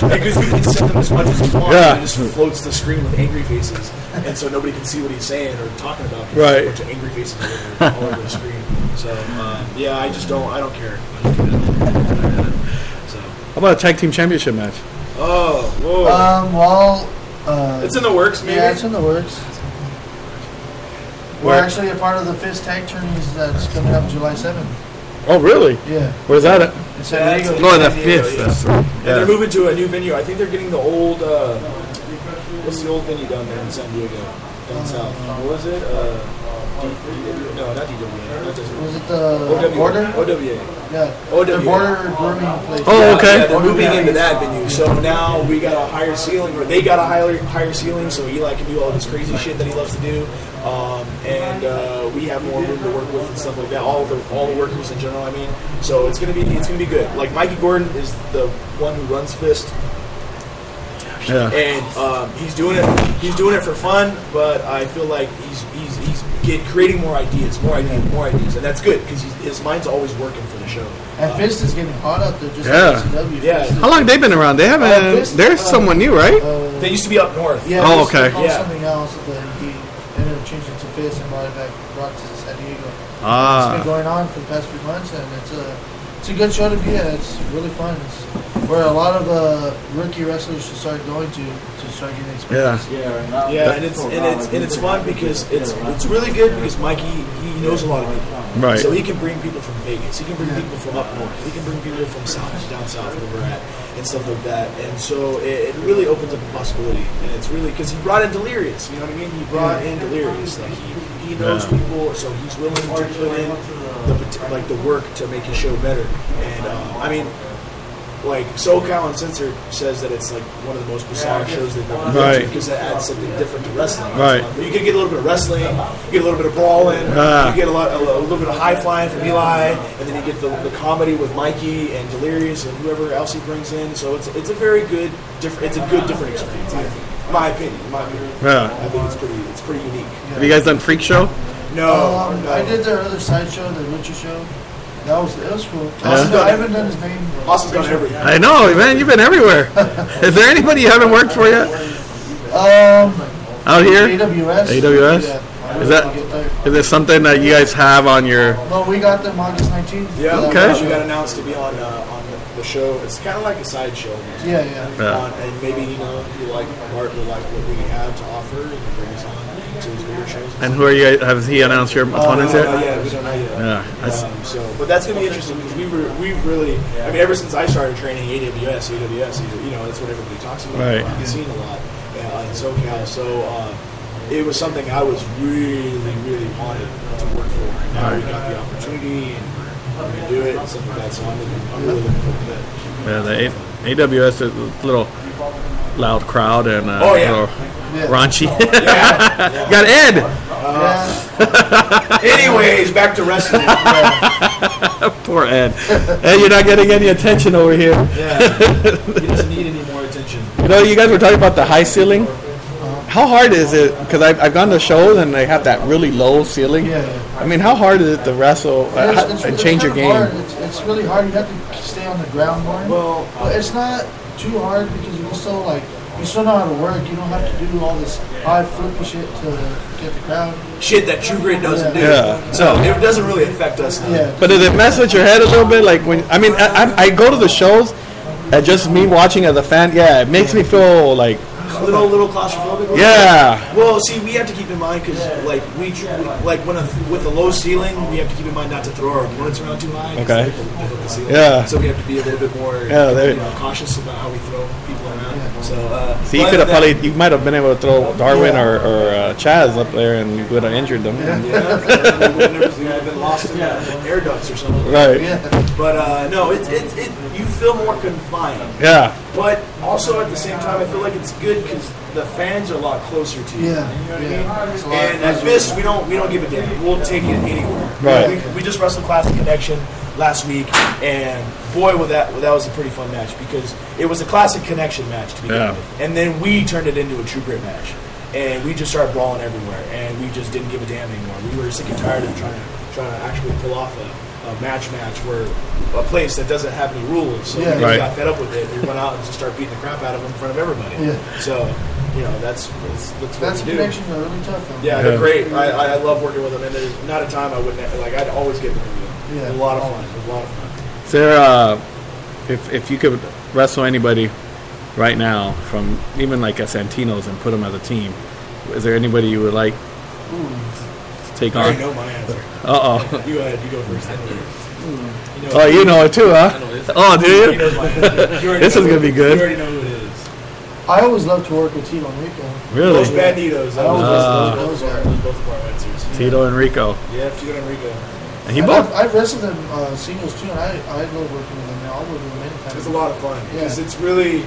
S3: because we can send them as much as we want.
S2: Yeah.
S3: And it just floats the screen with angry faces, and so nobody can see what he's saying or talking about. 'cause
S2: Right.
S3: there's A bunch of angry faces all over- all over the screen. So um, yeah, I just don't. I don't care. I just do that. So
S2: How about a tag team championship match?
S3: oh whoa,
S4: Um. Well. Uh,
S3: it's in the works, maybe.
S4: yeah, it's in the works. We're
S2: Where-
S4: actually a part of the Fist Tag Tourneys that's coming up July 7th.
S2: Oh, really?
S4: Yeah.
S2: Where's that at?
S4: In
S3: Yeah,
S4: San
S3: it's
S4: Diego.
S3: in
S2: No,
S3: San
S2: the
S3: Diego,
S2: fifth,
S3: yeah.
S2: that's-
S3: And
S2: yeah.
S3: they're moving to a new venue. I think they're getting the old. Uh, what's the old venue down there in San Diego, down south? What was it? Uh, D- no, not DWA. That doesn't-
S4: Was it the
S3: OWA.
S4: border?
S3: OWA.
S4: Yeah.
S3: OWA.
S4: The border grooming place.
S2: Oh,
S3: Yeah,
S2: okay.
S3: Yeah, they're moving
S4: Yeah.
S3: into that venue. So now we got a higher ceiling, or they got a higher higher ceiling, so Eli can do all this crazy shit that he loves to do. Um, and uh, we have more room to work with and stuff like that. All the all the workers in general. I mean, so it's gonna be it's gonna be good. Like Mikey Gordon is the one who runs Fist
S2: Yeah.
S3: and um, he's doing it. He's doing it for fun, but I feel like he's he's, he's get, creating more ideas, more ideas, more ideas, and that's good because his mind's always working for the show.
S4: And Fist is getting hot out there just
S2: Yeah.
S4: like SCW.
S3: Yeah.
S4: Fist is-
S2: How long they been around? They haven't.
S4: Uh, this-
S2: There's
S4: uh,
S2: someone new, right?
S4: Uh,
S3: They used to be up north.
S4: yeah,
S2: Oh,
S4: Fist was
S2: okay.
S4: called
S3: Yeah.
S4: something else, but he ended up changing it to Fist and brought it back, brought it to San Diego. It's been
S2: ah,
S4: going on for the past few months, and it's a it's a good show to be at. It's really fun. It's where a lot of uh, rookie wrestlers should start going to to start getting experience.
S1: Yeah,
S3: Yeah, and it's and it's and it's fun because it's it's really good because Mikey he knows a lot of people,
S2: Right.
S3: So he can bring people from Vegas, he can bring people from up north, he can bring people from south, down south where we're at, and stuff like that. And so it, it really opens up a possibility, and it's really because he brought in Delirious, you know what I mean? He brought in Delirious, like he, he knows people, so he's willing to put in the pot- like the work to make his show better. And uh, I mean, like SoCal Uncensored says that it's like one of the most bizarre shows they've ever done
S2: Right.
S3: because that adds something different to wrestling.
S2: Right.
S3: But you can get a little bit of wrestling, you get a little bit of brawling,
S2: Ah.
S3: you get a lot, a, lo- a little bit of high flying from Eli, and then you get the, the comedy with Mikey and Delirious and whoever else he brings in. So it's it's a very good different. It's a good different experience. I think, in my opinion. In my opinion.
S2: Yeah.
S3: I think it's pretty it's pretty unique.
S2: have you guys done Freak Show?
S3: No,
S4: Um,
S3: no.
S4: I did their other side show, the Lucha show. That was it was cool. Austin,
S3: Yeah.
S4: I haven't done his name. but-
S3: Austin's done everything.
S2: I know, man. You've been everywhere. (laughs) Is there anybody you haven't worked for yet Uh,
S4: Um,
S2: out here?
S4: AWS.
S2: AWS?
S4: Yeah.
S2: Is that-
S4: I'll get there.
S2: Is there something that you guys have on your?
S4: No, we got them August nineteenth.
S3: Yeah,
S2: Okay.
S3: She got announced to be on uh, on the- the show. It's kind of like a sideshow. almost.
S4: Yeah, yeah.
S2: Yeah.
S3: On, Uh, and maybe you know you like Bart will like what we have to offer and bring us on to these bigger shows.
S2: And who are you? guys- Has he announced your opponents
S3: Uh,
S2: yet?
S3: yeah, we don't know yet.
S2: Yeah, that's-
S3: Um, so, but that's gonna be interesting because we were we've really. I mean, ever since I started training AWS, AWS, you know, that's what everybody talks about.
S2: Right.
S3: I've seen a lot uh, in SoCal, so um, it was something I was really, really wanted to work for. And now we got the opportunity, and we're gonna do it and stuff like that. So I'm, looking, I'm really looking forward to that.
S2: Yeah, the A- AWS is a little loud crowd and uh,
S3: Oh, yeah.
S2: or
S4: Yeah.
S2: raunchy. (laughs)
S3: Yeah.
S2: Got Ed.
S4: Yeah.
S3: Anyways, back to wrestling. yeah.
S2: Poor Ed. Ed, you're not getting any attention over here.
S3: (laughs) He doesn't need any more attention.
S2: You know, you guys were talking about the high ceiling. How hard is it? Because I've, I've gone to shows and they have that really low ceiling.
S4: Yeah.
S2: I mean, how hard is it to wrestle uh,
S4: It's-
S2: how-
S4: it's-
S2: and
S4: it's
S2: change your
S4: kind of hard.
S2: game?
S4: It's, it's really hard. You have to stay on the ground more.
S3: Well, uh,
S4: But it's not too hard because you still like you still know how to work. You don't have to do all this high flippy shit to get the crowd.
S3: shit that True Grit doesn't do.
S2: Yeah.
S3: So it doesn't really affect us. Now.
S4: Yeah.
S2: But does it mess with your head a little bit? Like when I mean, I, I, I go to the shows, and just me watching as a fan, yeah, it makes me feel like
S3: A little, little claustrophobic.
S2: yeah,
S3: Well, see, we have to keep in mind because, like, we tr- like when a, with a low ceiling, we have to keep in mind not to throw our opponents around too high. 'cause
S2: Okay.
S3: they hit the- they hit the ceiling.
S2: Yeah.
S3: So we have to be a little bit more
S2: Yeah, there-
S3: you know, cautious about how we throw people around. So. Uh,
S2: So you
S3: but
S2: could have
S3: that-
S2: probably, you might have been able to throw Darwin or, or uh, Chaz up there, and you would have injured them.
S3: Yeah, we would have been lost in the air ducts or something.
S2: Right. Yeah.
S4: Yeah.
S3: But uh, no, it's it's it, you feel more confined. But also at the same time, I feel like it's good because the fans are a lot closer to you.
S4: Yeah,
S3: you know what
S4: yeah.
S3: I
S4: It's a
S3: mean.
S4: lot
S3: And at this, we don't we don't give a damn. We'll take it anywhere.
S2: Right.
S3: We, we just wrestled Classic Connection last week, and boy, was that that was a pretty fun match because it was a Classic Connection match to begin
S2: Yeah.
S3: with, and then we turned it into a True Grit match, and we just started brawling everywhere, and we just didn't give a damn anymore. We were sick and tired of trying to trying to actually pull off a, a match match where a place that doesn't have any rules. So
S4: Yeah.
S3: we just
S2: Right.
S3: got fed up with it. We went out and just started beating the crap out of them in front of everybody.
S4: Yeah.
S3: So, you know, that's that's, that's what
S4: That's
S3: we do.
S4: connections are really tough. Though.
S3: Yeah,
S2: Yeah.
S3: they're great. I, I- I love working with them, and there's not a time I wouldn't like. I'd always get them.
S4: Yeah.
S3: Yeah, a lot of fun. It was a lot of fun.
S2: Is there, uh, if if you could wrestle anybody right now from even like a Santino's and put them as a team, is there anybody you would like to take
S3: I
S2: on?
S3: already know my answer.
S2: Uh oh.
S3: You go ahead. You go first. then. You know,
S2: Oh, you know it too, huh? Oh, do
S3: he
S2: you?
S3: knows my answer. (laughs) You already
S2: This
S3: know
S2: is
S3: who-
S2: gonna be good.
S3: You already know who it is.
S4: I always love to work with Tito and Rico.
S3: Those
S2: Really?
S3: banditos. I always
S2: Ah.
S3: those, those, are- those both of our answers.
S2: Tito and Rico.
S3: Yeah, Tito and Rico.
S2: And he
S4: And
S2: both.
S4: I've, I've wrestled them uh, singles too, and I, I love working with them. Now. I'll work with them anytime.
S3: It's a lot of fun
S4: Yeah.
S3: because it's really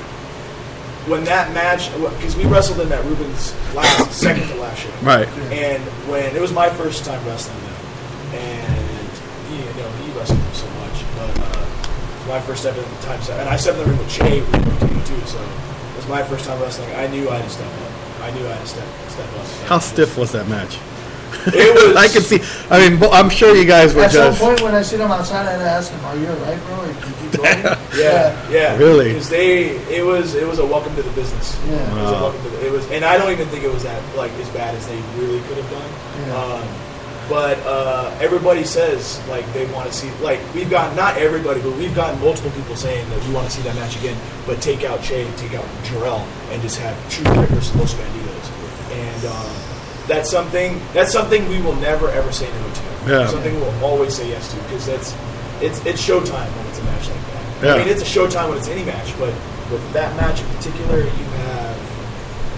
S3: when that match because we wrestled in that Ruben's last second to last show.
S2: Right.
S3: And when it was my first time wrestling them, and he, you know, he wrestled them so much, but uh, it's my first step in the time set, and I stepped in the ring with Jay we were doing too, so it was my first time wrestling. I knew I had to step up. I knew I had to step step up.
S2: How stiff was that match? (laughs)
S3: It was.
S2: I could see. I mean, bo- I'm sure you guys were
S4: At some
S2: just.
S4: point, when I see them outside, I had to ask them, "Are you alright, bro? Like, you
S3: (laughs)
S4: keep going?"
S3: Yeah,
S2: (laughs)
S3: yeah.
S2: Really?
S3: Because they, it was, it was a welcome to the business.
S4: Yeah.
S3: It was a
S2: Wow.
S3: welcome to the, it was, and I don't even think it was that like as bad as they really could have done.
S4: Yeah.
S3: Um, but uh, everybody says like they want to see like we've got not everybody, but we've gotten multiple people saying that we want to see that match again. But take out Jay, take out Jarrell, and just have True Grit versus Los Bandidos, and um, that's something that's something we will never ever say no to.
S2: Yeah.
S3: Something we'll always say yes to because that's it's it's showtime when it's a match like that.
S2: Yeah.
S3: I mean, it's a showtime when it's any match, but with that match in particular, you have,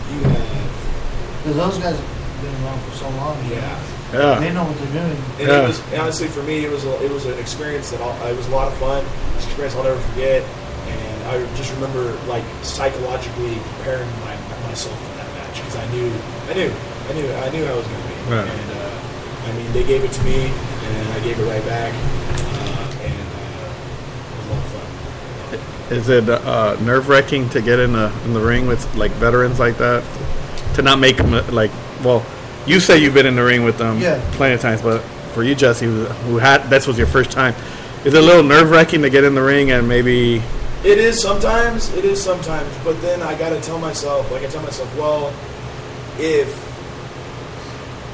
S3: you have,
S4: Because those guys have been around for so long. you know.
S3: yeah.
S2: Yeah.
S4: They know what they're doing.
S3: And
S2: Yeah.
S3: it was and honestly for me, it was a, it was an experience that I'll, it was a lot of fun. It's an experience I'll never forget, and I just remember like psychologically preparing my, myself for that match because I knew, I knew, I knew, I knew I was going to be.
S2: Right.
S3: And uh, I mean, they gave it to me, and I gave it right back, uh, and uh, it was a lot of fun.
S2: Is it uh, nerve wracking to get in the in the ring with like veterans like that? To not make them uh, like well, you say you've been in the ring with them
S4: Yeah.
S2: plenty of times, but for you, Jesse, who who had this was your first time, is it a little nerve wracking to get in the ring and maybe
S3: It is sometimes. It is sometimes. But then I gotta tell myself, like I tell myself, well, if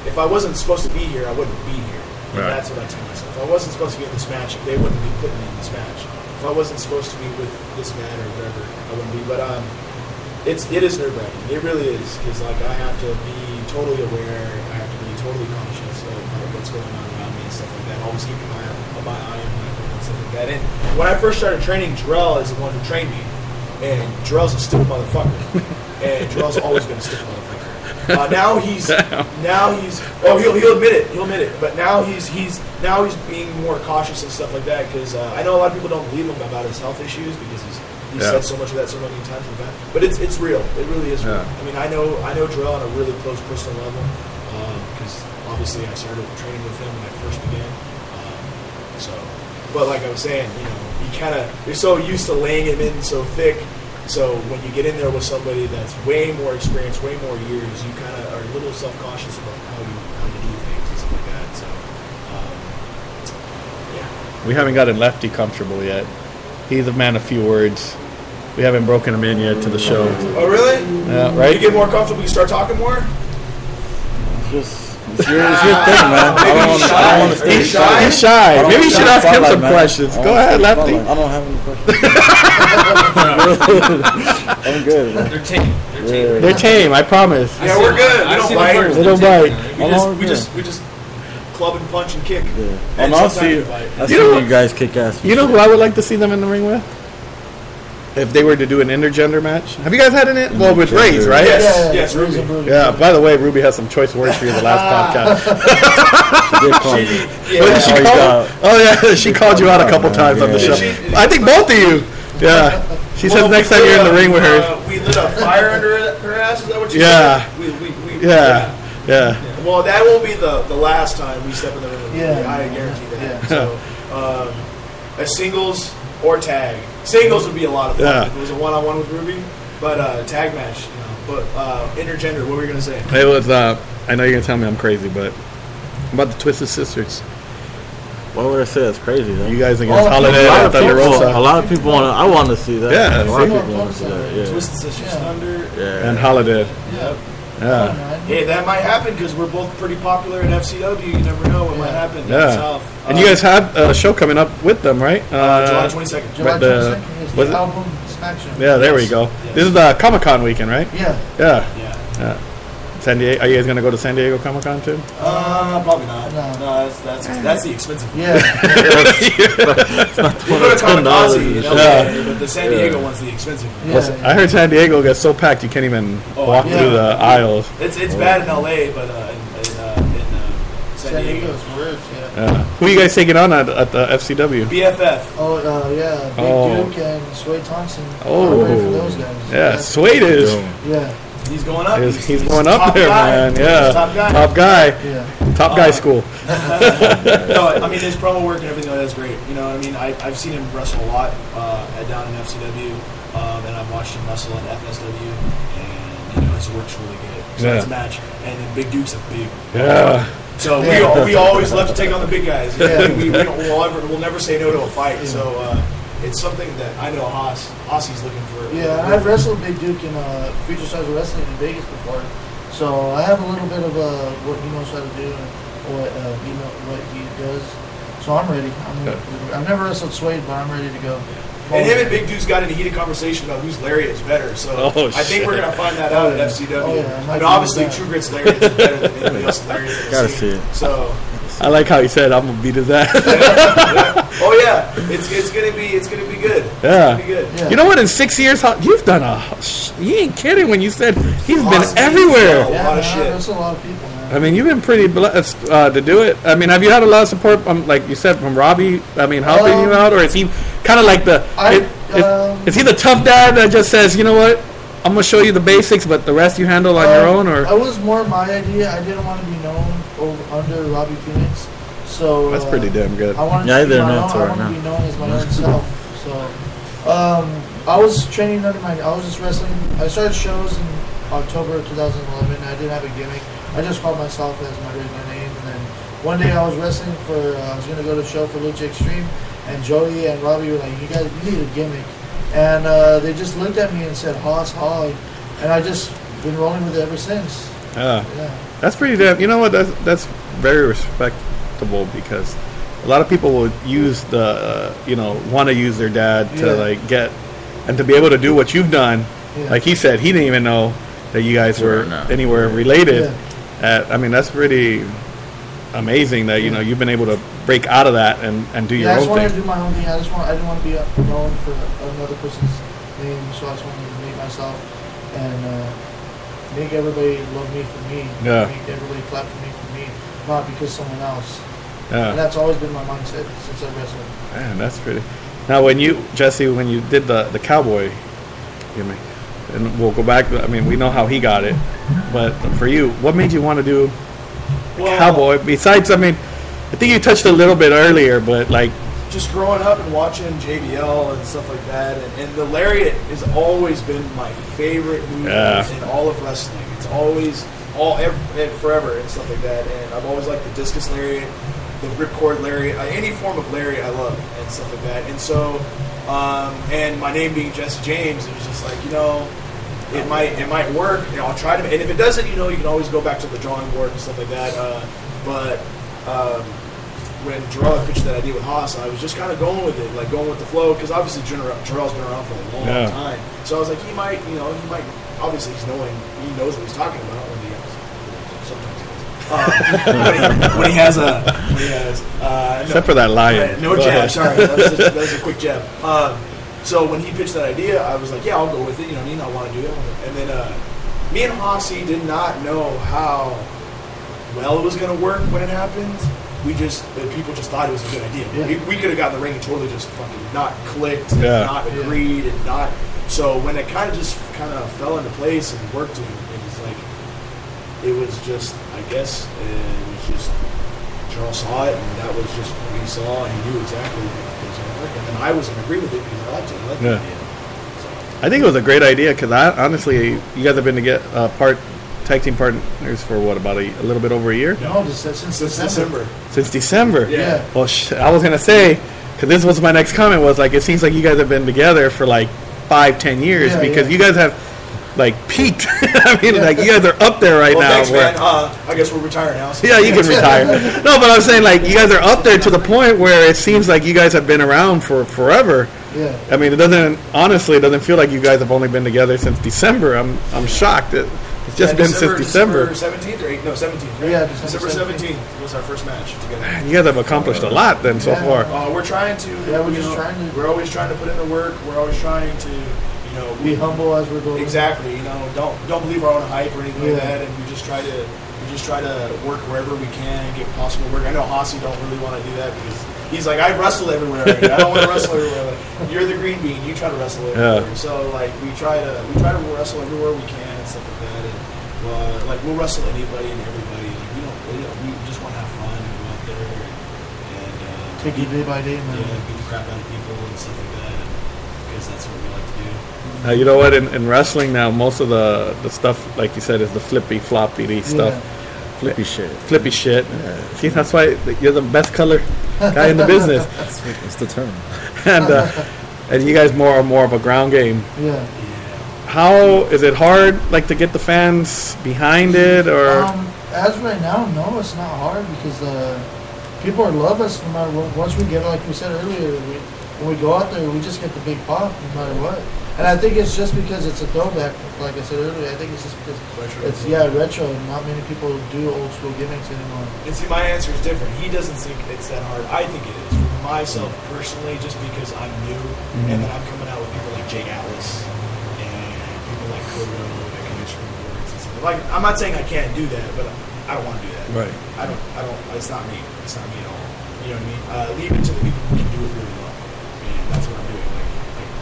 S3: if I wasn't supposed to be here, I wouldn't be here. And
S2: Right.
S3: That's what I tell myself. If I wasn't supposed to be in this match, they wouldn't be putting me in this match. If I wasn't supposed to be with this man or whatever, I wouldn't be. But um, it's it is nerve wracking. It really is because like I have to be totally aware. I have to be totally conscious of like, what's going on around me and stuff like that. Always keeping my eye- my eye on my phone and stuff like that. And when I first started training, Jarrell is the one who trained me, and Jarrell's a stupid motherfucker, and Jarrell's always been a stupid motherfucker. Uh, now he's now he's oh he'll he'll admit it he'll admit it but now he's he's now he's being more cautious and stuff like that because uh, I know a lot of people don't believe him about his health issues because he's We've
S2: Yeah.
S3: said so much of that so many times in the past, but it's it's real. It really is real.
S2: Yeah.
S3: I mean, I know I know Jarrell on a really close personal level because obviously I started training with him when I first began. Um, so, but like I was saying, you know, you kind of you're so used to laying him in so thick. So when you get in there with somebody that's way more experienced, way more years, you kind of are a little self cautious about how you how you do things and stuff like that. So, um, yeah,
S2: We haven't gotten Lefty comfortable yet. He's a man of few words. We haven't broken him in yet to the show.
S3: oh really?
S2: Yeah,
S3: You
S2: right?
S3: get more comfortable, you start talking more.
S1: Just it's your, it's your thing, man. I don't want to. I don't want to
S3: Are you
S1: stay
S3: shy?
S2: He's shy.
S1: I don't
S2: Maybe you
S1: wanna
S2: should
S1: stay in
S2: ask
S1: the
S2: him
S1: spotlight,
S2: some
S1: man.
S2: questions.
S1: I don't
S2: Go
S1: wanna
S2: ahead,
S1: stay in the
S2: Lefty.
S1: spotlight. I don't have any questions.
S2: (laughs)
S1: I'm good. Man.
S5: They're tame. They're tame.
S2: They're tame, I promise.
S5: I
S3: Yeah,
S5: see
S3: we're
S5: it.
S3: good. We
S5: I
S3: don't
S5: see the
S3: bite.
S5: first.
S2: They don't
S5: They're
S2: bite.
S5: tame.
S3: We
S1: I'm
S3: just,
S1: all
S3: we
S1: good.
S3: just we just club and punch and kick.
S1: Yeah.
S3: And
S1: And I'll
S3: sometimes
S1: see.
S3: you fight.
S1: I
S2: You know
S1: see
S2: what-
S1: you guys kick ass.
S2: You know who I would like to see them in the ring with? If they were to do an intergender match. Have you guys had an in- well with Rays, right?
S3: Yes. Ruby.
S4: Razor Brutus.
S2: Yeah, by the way, Ruby has some choice words for you the last podcast.
S1: They call me.
S2: What did she
S1: Oh, you
S2: call?
S1: got-
S2: Oh yeah, (laughs) she called you out a couple
S1: Yeah.
S2: times on the show.
S3: She-
S2: I think both of you. Yeah. She says
S3: Well,
S2: next
S3: we
S2: time you're in
S3: lit
S2: the
S3: a-
S2: ring with her.
S3: uh, we lit a fire under her ass. Is that what you
S2: Yeah.
S3: said? We, we, we,
S2: Yeah. Yeah.
S3: yeah. Well, that will be the, the last time we step in the ring. with
S4: Yeah.
S3: Ruby. I guarantee that.
S4: Yeah.
S3: So, um, a singles or tag. Singles would be a lot of fun.
S2: Yeah.
S3: If it was a one on one with Ruby, but uh, tag match. You know, but uh, intergender. What were you gonna say?
S2: It was uh I know you're gonna tell me I'm crazy, but about the Twisted Sisters.
S1: Why would I say that's crazy? Though?
S2: You guys against
S4: Oh,
S2: Holiday
S1: a lot
S2: and
S1: of
S2: Thunder
S1: people,
S2: Rosa.
S1: a lot of people want. I want to see that.
S2: Yeah,
S1: a lot of
S2: see?
S1: people want to see that.
S3: Twisted Sisters
S4: Yeah.
S3: Thunder.
S1: Yeah, yeah.
S2: And Holiday.
S3: Yep.
S2: Yeah.
S3: Hey, that might happen because we're both pretty popular in FCW. You never know what might happen down
S2: Yeah.
S3: south.
S2: And you guys have a show coming up with them, right?
S3: uh, July
S2: Uh,
S3: twenty second.
S4: July
S2: But the-
S4: 22nd is
S2: was
S4: the
S2: it-
S4: album Smackdown.
S2: Yeah, there we go. This is the Comic Con weekend, right?
S4: Yeah.
S2: Yeah.
S3: Yeah.
S2: San Diego. Are you guys gonna go to San Diego Comic Con too?
S3: Uh, probably not. No,
S4: No.
S3: that's that's that's the expensive.
S2: (laughs)
S3: one.
S4: Yeah.
S3: You go to Kamikaze, you know,
S2: Yeah.
S3: but the San Diego one's the expensive. One.
S4: Yeah.
S2: Listen, (laughs) I heard San Diego gets so packed you can't even
S3: Oh,
S2: walk
S4: yeah.
S2: through the aisles.
S3: It's it's bad in LA, but uh, in, in, uh, in uh, San
S4: San
S3: Diego,
S4: Diego's worse, yeah.
S2: Yeah. Who you guys taking on at, at the FCW?
S3: BFF.
S4: Oh, uh, yeah. Big
S2: Oh.
S4: Duke and Sway Thompson.
S2: Oh.
S4: I'm ready for those guys.
S2: Yeah, Suede is.
S4: Yeah.
S3: He's going up.
S2: He's, he's going up
S3: top
S2: there,
S3: guy.
S2: man.
S3: He's
S2: Yeah,
S3: top guy. Uh,
S2: top guy,
S4: Yeah.
S2: top guy school.
S3: no, I mean his promo work and everything like that's great. You know, what I mean, I, I've seen him wrestle a lot uh, at down in FCW, um, and I've watched him wrestle in FSW, and you know his work's really good. So
S2: Yeah.
S3: that's a match, and then Big Duke's a big.
S2: Yeah,
S3: So we,
S4: Yeah.
S3: al- we always love to take on the big guys. You know, (laughs)
S4: Yeah.
S3: we, we don't, we'll, ever, we'll never say no to a fight. So uh, it's something that I know Haas Haasy's looking for.
S4: Yeah, and I've wrestled Big Duke in uh, Future Stars Wrestling in Vegas before, so I have a little bit of uh, what he knows how to do and what uh, he know, what he does. So I'm ready. I'm, I've never wrestled Suede, but I'm ready to go.
S3: And him and Big Dude's got in a heated conversation about whose lariat is better. So
S2: Oh,
S3: I think we're
S2: shit.
S3: gonna find that out
S4: Oh, yeah.
S3: at FCW.
S4: Oh, yeah, I
S3: I
S4: might
S3: mean,
S4: be
S3: obviously,
S4: with that.
S3: True Grit's lariat is better than anybody else's lariat. in the
S1: Gotta
S3: scene.
S1: see it.
S3: So,
S2: I like how he said I'm gonna beat his ass.
S3: oh yeah, it's it's gonna be it's gonna be good. It's
S2: Yeah.
S3: gonna be good.
S4: Yeah.
S2: (laughs) You know what? In six years, how, you've done a. sh- You ain't kidding when you said he's been
S3: Awesome.
S2: everywhere.
S3: Yeah.
S4: yeah,
S3: lot of
S4: man,
S3: shit.
S4: I wrestle a lot of people, man.
S2: I mean, you've been pretty blessed uh, to do it. I mean, have you had a lot of support from, like you said, from Robbie? I mean, helping
S4: Um,
S2: you out, or is he kind of like the?
S4: I-
S2: is, is-
S4: um,
S2: is he the tough dad that just says, you know what? I'm gonna show you the basics, but the rest you handle on your
S4: Uh,
S2: own, or
S4: I was more my idea. I didn't want to be known over, under Robbie Phoenix, so
S2: that's
S4: uh,
S2: pretty damn good.
S4: I wanted
S1: Neither
S4: to be my
S1: not
S4: own,
S1: to
S4: I
S1: right
S4: wanted
S1: now.
S4: to be known as my own self. So, um, I was training under my. I was just wrestling. I started shows in October of 2011. I didn't have a gimmick. I just called myself as my original name. And then one day I was wrestling for. Uh, I was gonna go to a show for Lucha Extreme, and Joey and Robbie were like, "You guys, you need a gimmick." And uh, they just looked at me and said, "Hoss Hog," and I just been rolling with it ever since.
S2: Yeah.
S4: Yeah.
S2: That's pretty damn. You know what? That's that's very respectable because a lot of people will use the uh, you know want to use their dad to
S4: Yeah.
S2: like get and to be able to do what you've done.
S4: Yeah.
S2: Like he said, he didn't even know that you guys were
S1: Right now.
S2: anywhere related.
S4: Yeah.
S2: At, I mean, that's pretty amazing that you know you've been able to break out of that and and do
S4: Yeah, I
S2: your
S4: just
S2: own
S4: wanted to
S2: thing.
S4: do my own thing. I just want. I didn't want to be uh, known for another person's name, so I just wanted to make myself and uh, make everybody love me for me.
S2: Yeah.
S4: Make everybody clap for me for me, not because someone else. And
S2: Yeah,
S4: that's always been my mindset since I wrestled.
S2: man, that's pretty. Now, when you Jesse, when you did the the cowboy, you know, and we'll go back. I mean, we know how he got it, but for you, what made you want to do
S3: Well,
S2: cowboy? Besides, I mean, I think you touched a little bit earlier, but like,
S3: just growing up and watching JBL and stuff like that, and, and the Lariat has always been my favorite movie
S2: Yeah.
S3: in all of wrestling. It's always all ev and forever and stuff like that. And I've always liked the discus Lariat, the ripcord Lariat, uh, any form of Lariat I love and stuff like that. And so, um, and my name being Jesse James, it was just like you know. It might it might work. You know, I'll try to, and if it doesn't, you know, you can always go back to the drawing board and stuff like that. Uh, but um, when Jarrell pitched that idea with Haas, I was just kind of going with it, like going with the flow, because obviously Jarrell, Jarrell's been around for a long
S2: Yeah.
S3: time. So I was like, he might, you know, he might. Obviously, he's knowing, he knows what he's talking about when he has. Sometimes he does. Uh, (laughs) when, he, when he has a, when he has, uh, no,
S2: except for that lion.
S3: no
S2: Go
S3: jab.
S2: ahead. (laughs)
S3: Sorry, that was, a, that was a quick jab. Um, so when he pitched that idea, I was like, "Yeah, I'll go with it." You know, you know, I want to do it. And then uh, me and Hossie did not know how well it was going to work when it happened. We just the people just thought it was a good idea.
S4: Yeah.
S3: We, we could have gotten the ring and totally just fucking not clicked, and
S2: Yeah.
S3: not agreed, and not. So when it kind of just kind of fell into place and worked, and it was like it was just, I guess, uh, it was just Charles saw it, and that was just what he saw, and he knew exactly what was going to work. And then I was in agreement with it because I liked it. I liked
S2: Yeah.
S3: the idea. So,
S2: I think it was a great idea because I honestly, you guys have been to get uh, part tag team partners for what about a, a little bit over a year
S4: No, just since
S3: since
S4: December.
S3: December,
S2: since December.
S3: Yeah.
S4: Yeah.
S2: Well, sh- I was gonna say because this was my next comment was like it seems like you guys have been together for like five, ten years
S4: Yeah,
S2: because
S4: yeah.
S2: you guys have like peaked. (laughs) I mean, like you guys are up there right
S3: well,
S2: now.
S3: thanks,
S2: where-
S3: man. Uh, I guess we're retired now. So
S2: Yeah, you
S4: (laughs)
S2: can retire. No, but I'm saying like you guys are up there to the point where it seems like you guys have been around for forever.
S4: Yeah.
S2: I mean, it doesn't honestly. It doesn't feel like you guys have only been together since December. I'm I'm shocked. It, it's just
S3: Yeah,
S2: been since December.
S3: seventeenth or eight, no seventeenth.
S4: Yeah,
S3: December
S4: December
S3: seventeenth was our first match together.
S2: You guys have accomplished a lot then so
S4: Yeah.
S2: far.
S3: Uh, we're trying to.
S4: Yeah, we're
S3: you
S4: just
S3: know,
S4: trying to-
S3: We're always trying to put in the work. We're always trying to, you know,
S4: Be humble as we're going.
S3: Exactly. You know, don't don't believe our own hype or anything
S4: Yeah.
S3: like that. And we just try to we just try to work wherever we can, get possible work. I know Hossie don't really want to do that because he's like, I wrestle everywhere. already. I don't want to wrestle everywhere. Like, you're the green bean. You try to wrestle everywhere.
S2: Yeah.
S3: So like we try to we try to wrestle everywhere we can and stuff like that. And uh, like we'll wrestle anybody and everybody. Like, we don't we, don't, we just want to have fun and go out there and, and uh,
S4: Take it day by day, man.
S3: yeah, beat the crap out of people and stuff like that. Because that's what we like to do.
S2: Now, you know what? In, in wrestling now, most of the the stuff like you said is the flippy floppy stuff.
S1: Flippy shit.
S2: Flippy shit. See, that's why th- you're the best color guy
S4: (laughs)
S2: in the business,
S1: That's what- It's the term.
S2: and uh, and you guys more are more of a ground game.
S4: Yeah.
S2: How is it hard like to get the fans behind it or
S4: Um, as right now, no, it's not hard because uh, people are love us no matter what. Once we get, like we said earlier, we, when we go out there, we just get the big pop no matter what. And I think it's just because it's a throwback, like I said earlier. I think it's just because
S3: Retro.
S4: it's yeah retro. and Not many people do old school gimmicks anymore.
S3: And see, my answer is different. He doesn't think it's that hard. I think it is for myself personally, just because I'm new
S4: Mm-hmm.
S3: and then I'm coming out with people like Jake Atlas and people like Kodo that can do screenboards and stuff. Like, I'm not saying I can't do that, but I don't want to do that.
S2: Right.
S3: I don't. I don't. It's not me. It's not me at all. You know what I mean? Uh, leave it to the people who can do it really well, and that's what I'm doing. Like,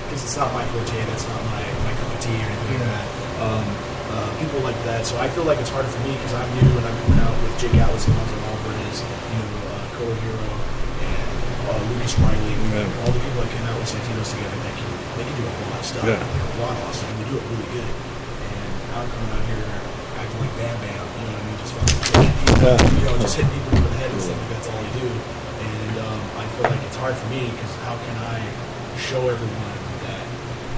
S3: because it's not my forte. That's not my my cup of tea or anything like that. Um, uh, people like that. So I feel like it's harder for me because I'm new and I'm coming out with Jake Atlas and Alonzo Alvarez, you know, uh, Cole Hero and uh, Lucas Riley.
S2: Yeah.
S3: All the people that came out with Santinos together, they can they can do a lot of stuff.
S2: Yeah.
S3: Like, a lot of stuff. And they do it really good. And I'm coming out here acting like Bam Bam. You know what I mean? Just fucking you know, just hit people over the head and stuff. like That's all I do. And um, I feel like it's hard for me because how can I show everyone that,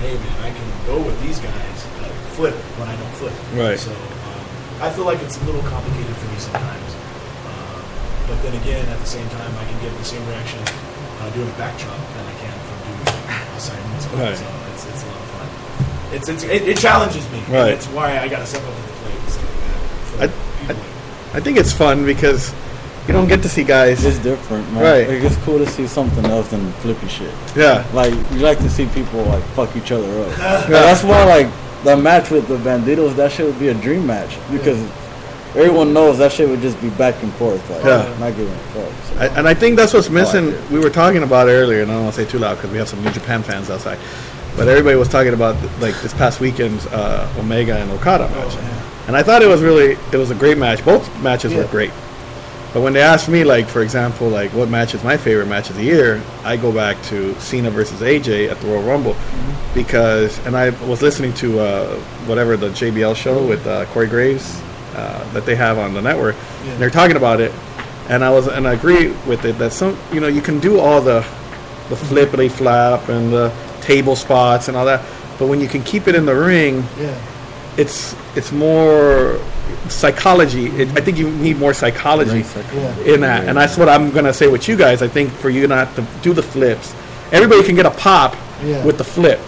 S3: hey, man, I can go with these guys, but flip when I don't flip.
S2: Right.
S3: So um, I feel like it's a little complicated for me sometimes. Um, but then again, at the same time, I can get the same reaction uh, doing a back chop than I can from doing a side moonsault.
S2: Right.
S3: So it's, it's a lot of fun. It's, it's, it, it challenges me. and
S2: Right.
S3: It's why I got to step up to the plate. and stuff like that. So
S2: I-
S3: people-
S2: I think it's fun because you don't get to see guys.
S1: It's different, man.
S2: Right.
S1: Like, it's cool to see something else than flippy shit.
S2: yeah.
S1: Like you like to see people like fuck each other
S2: (laughs)
S1: up. That's why like the match with the Banditos, that shit would be a dream match because everyone knows that shit would just be back and forth. Like,
S2: Yeah.
S1: not giving a fuck. so.
S2: I, and I think that's what's missing.
S1: Like
S2: We were talking about it earlier, and I don't want to say too loud because we have some New Japan fans outside. But everybody was talking about like this past weekend's uh, Omega and Okada
S3: Oh,
S2: match, and I thought it was really it was a great match. Both matches were
S4: Yeah.
S2: great. But when they asked me, like for example, like what match is my favorite match of the year, I go back to Cena versus AJ at the Royal Rumble
S4: Mm-hmm.
S2: because, and I was listening to uh, whatever the JBL
S4: Mm-hmm.
S2: show with uh, Corey Graves uh, that they have on the network,
S4: Yeah.
S2: and they're talking about it, and I was and I agree with it that some you know you can do all the
S4: Mm-hmm.
S2: the flippity flap and the table spots and all that, but when you can keep it in the ring,
S4: Yeah.
S2: it's it's more psychology. It, I think you need more psychology
S1: Nice, like,
S4: Yeah.
S2: in that, and that's what I'm gonna say with you guys. I think for you not to do the flips, everybody can get a pop
S4: Yeah.
S2: with the flip,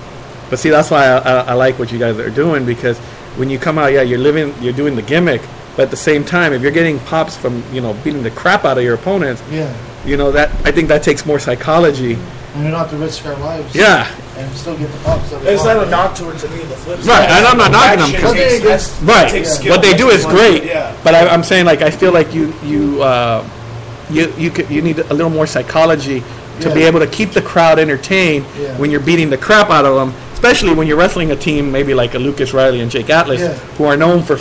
S2: but see that's why I, I, I like what you guys are doing because when you come out, yeah, you're living, you're doing the gimmick, but at the same time, if you're getting pops from you know beating the crap out of your opponents,
S4: Yeah.
S2: you know that I think that takes more psychology.
S4: And we don't have to risk our lives.
S2: Yeah,
S4: And still get the pops. that we
S3: It's
S4: want.
S3: not a knock towards any of the flips.
S2: Right, and I'm not knocking
S3: That
S2: them,
S3: shit
S2: 'cause-
S3: takes- that's- that
S2: Right.
S3: takes
S4: Yeah.
S3: skill.
S2: What they
S3: That
S2: do
S3: takes
S2: is
S3: money.
S2: great.
S3: Yeah.
S2: But I, I'm saying like I feel like you you uh, you you could, you need a little more psychology to be
S4: Yeah.
S2: able to keep the crowd entertained
S4: Yeah.
S2: when you're beating the crap out of them, especially when you're wrestling a team maybe like a Lucas Riley and Jake Atlas
S4: Yeah.
S2: who are known for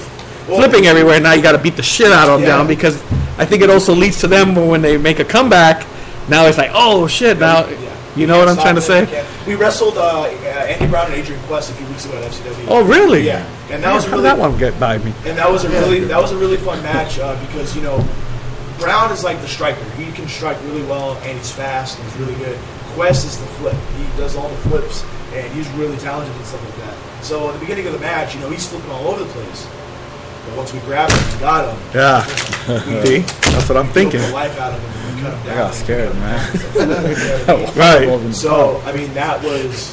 S3: Well-
S2: flipping everywhere. Now you got to beat the shit out of them
S3: Yeah.
S2: down because I think it also leads to them when they make a comeback. Now it's like oh shit now.
S3: Yeah.
S2: You know what I'm
S3: Stop
S2: trying to
S3: it.
S2: say?
S3: Yeah. We wrestled uh, uh, Andy Brown and Adrian Quest a few weeks ago at FCW.
S2: Oh, really?
S3: Yeah, and that was a
S2: How did
S3: really
S2: that one get by me?
S3: and that was a really that was a really fun match uh, because you know Brown is like the striker. He can strike really well and he's fast and he's really good. Quest is the flip. He does all the flips and he's really talented and stuff like that. So at the beginning of the match, you know, he's flipping all over the place. But once we grabbed him, we got him.
S2: Yeah. (laughs) See, that's what I'm thinking.
S3: Took the life out of him. And we cut him down.
S1: I got
S3: (laughs)
S1: scared, man. (laughs)
S2: Right.
S3: So I mean, that was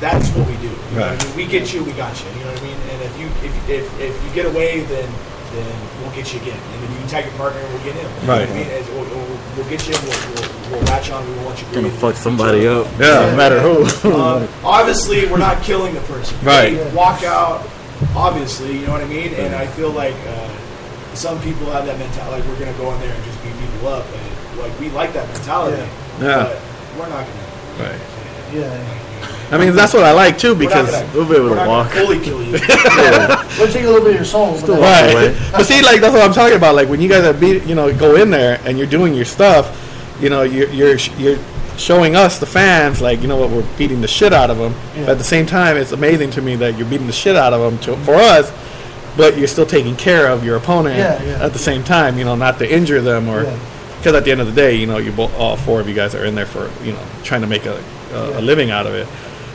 S3: that's what we do. You know what
S2: Right.
S3: I mean? We get you, we got you. You know what I mean? And if you if, if, if you get away, then then we'll get you again. And if you tag your partner, we'll get him. You know
S2: Right.
S3: what I mean, As- we'll, we'll, we'll get you. We'll, we'll, we'll latch on. We won't want you.
S1: Gonna
S3: breathing.
S1: fuck somebody up.
S2: Yeah, no matter who.
S3: Um, obviously, we're not killing the person.
S2: Right.
S3: They walk out. Obviously, you know what I mean. And I feel like uh, some people have that mentality. Like we're gonna go in there and just beat people up. And like we like that mentality.
S2: Yeah. Yeah.
S3: But we're not gonna.
S2: right.
S4: Yeah.
S2: (laughs) I mean, that's what I like too because.
S3: We're not
S1: We'll be able
S3: We're
S1: to
S3: not
S1: walk.
S3: gonna fully
S1: (laughs)
S3: kill you.
S4: We'll take a little bit of your soul. but then-
S1: walk
S2: Right.
S1: away.
S2: but see, like that's what I'm talking about. Like when you guys are beat, you know, go in there and you're doing your stuff, you know, you're you're sh- you're showing us the fans, like you know what, we're beating the shit out of them.
S4: Yeah.
S2: But at the same time, it's amazing to me that you're beating the shit out of them to, for us, but you're still taking care of your opponent
S4: Yeah, yeah.
S2: at the same time. You know, not to injure them or
S4: Yeah.
S2: because at the end of the day, you know, you both, all four of you guys are in there for you know trying to make a a,
S4: Yeah.
S2: a living out of it.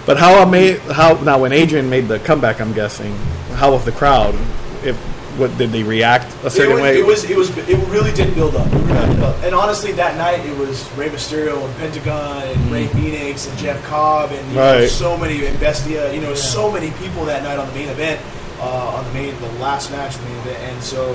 S2: But how I made how now when Adrian made the comeback, I'm guessing how was the crowd? If what did they react a
S3: it,
S2: certain
S3: was,
S2: way?
S3: it was it was it really did build up. It really did build up. And honestly, that night it was Rey Mysterio and Pentagon and Ray
S1: Mm.
S3: Phoenix and Jeff Cobb and you know,
S2: Right.
S3: so many and Bestia. You know, so many people that night on the main event, uh, on the main the last match of the main event. And so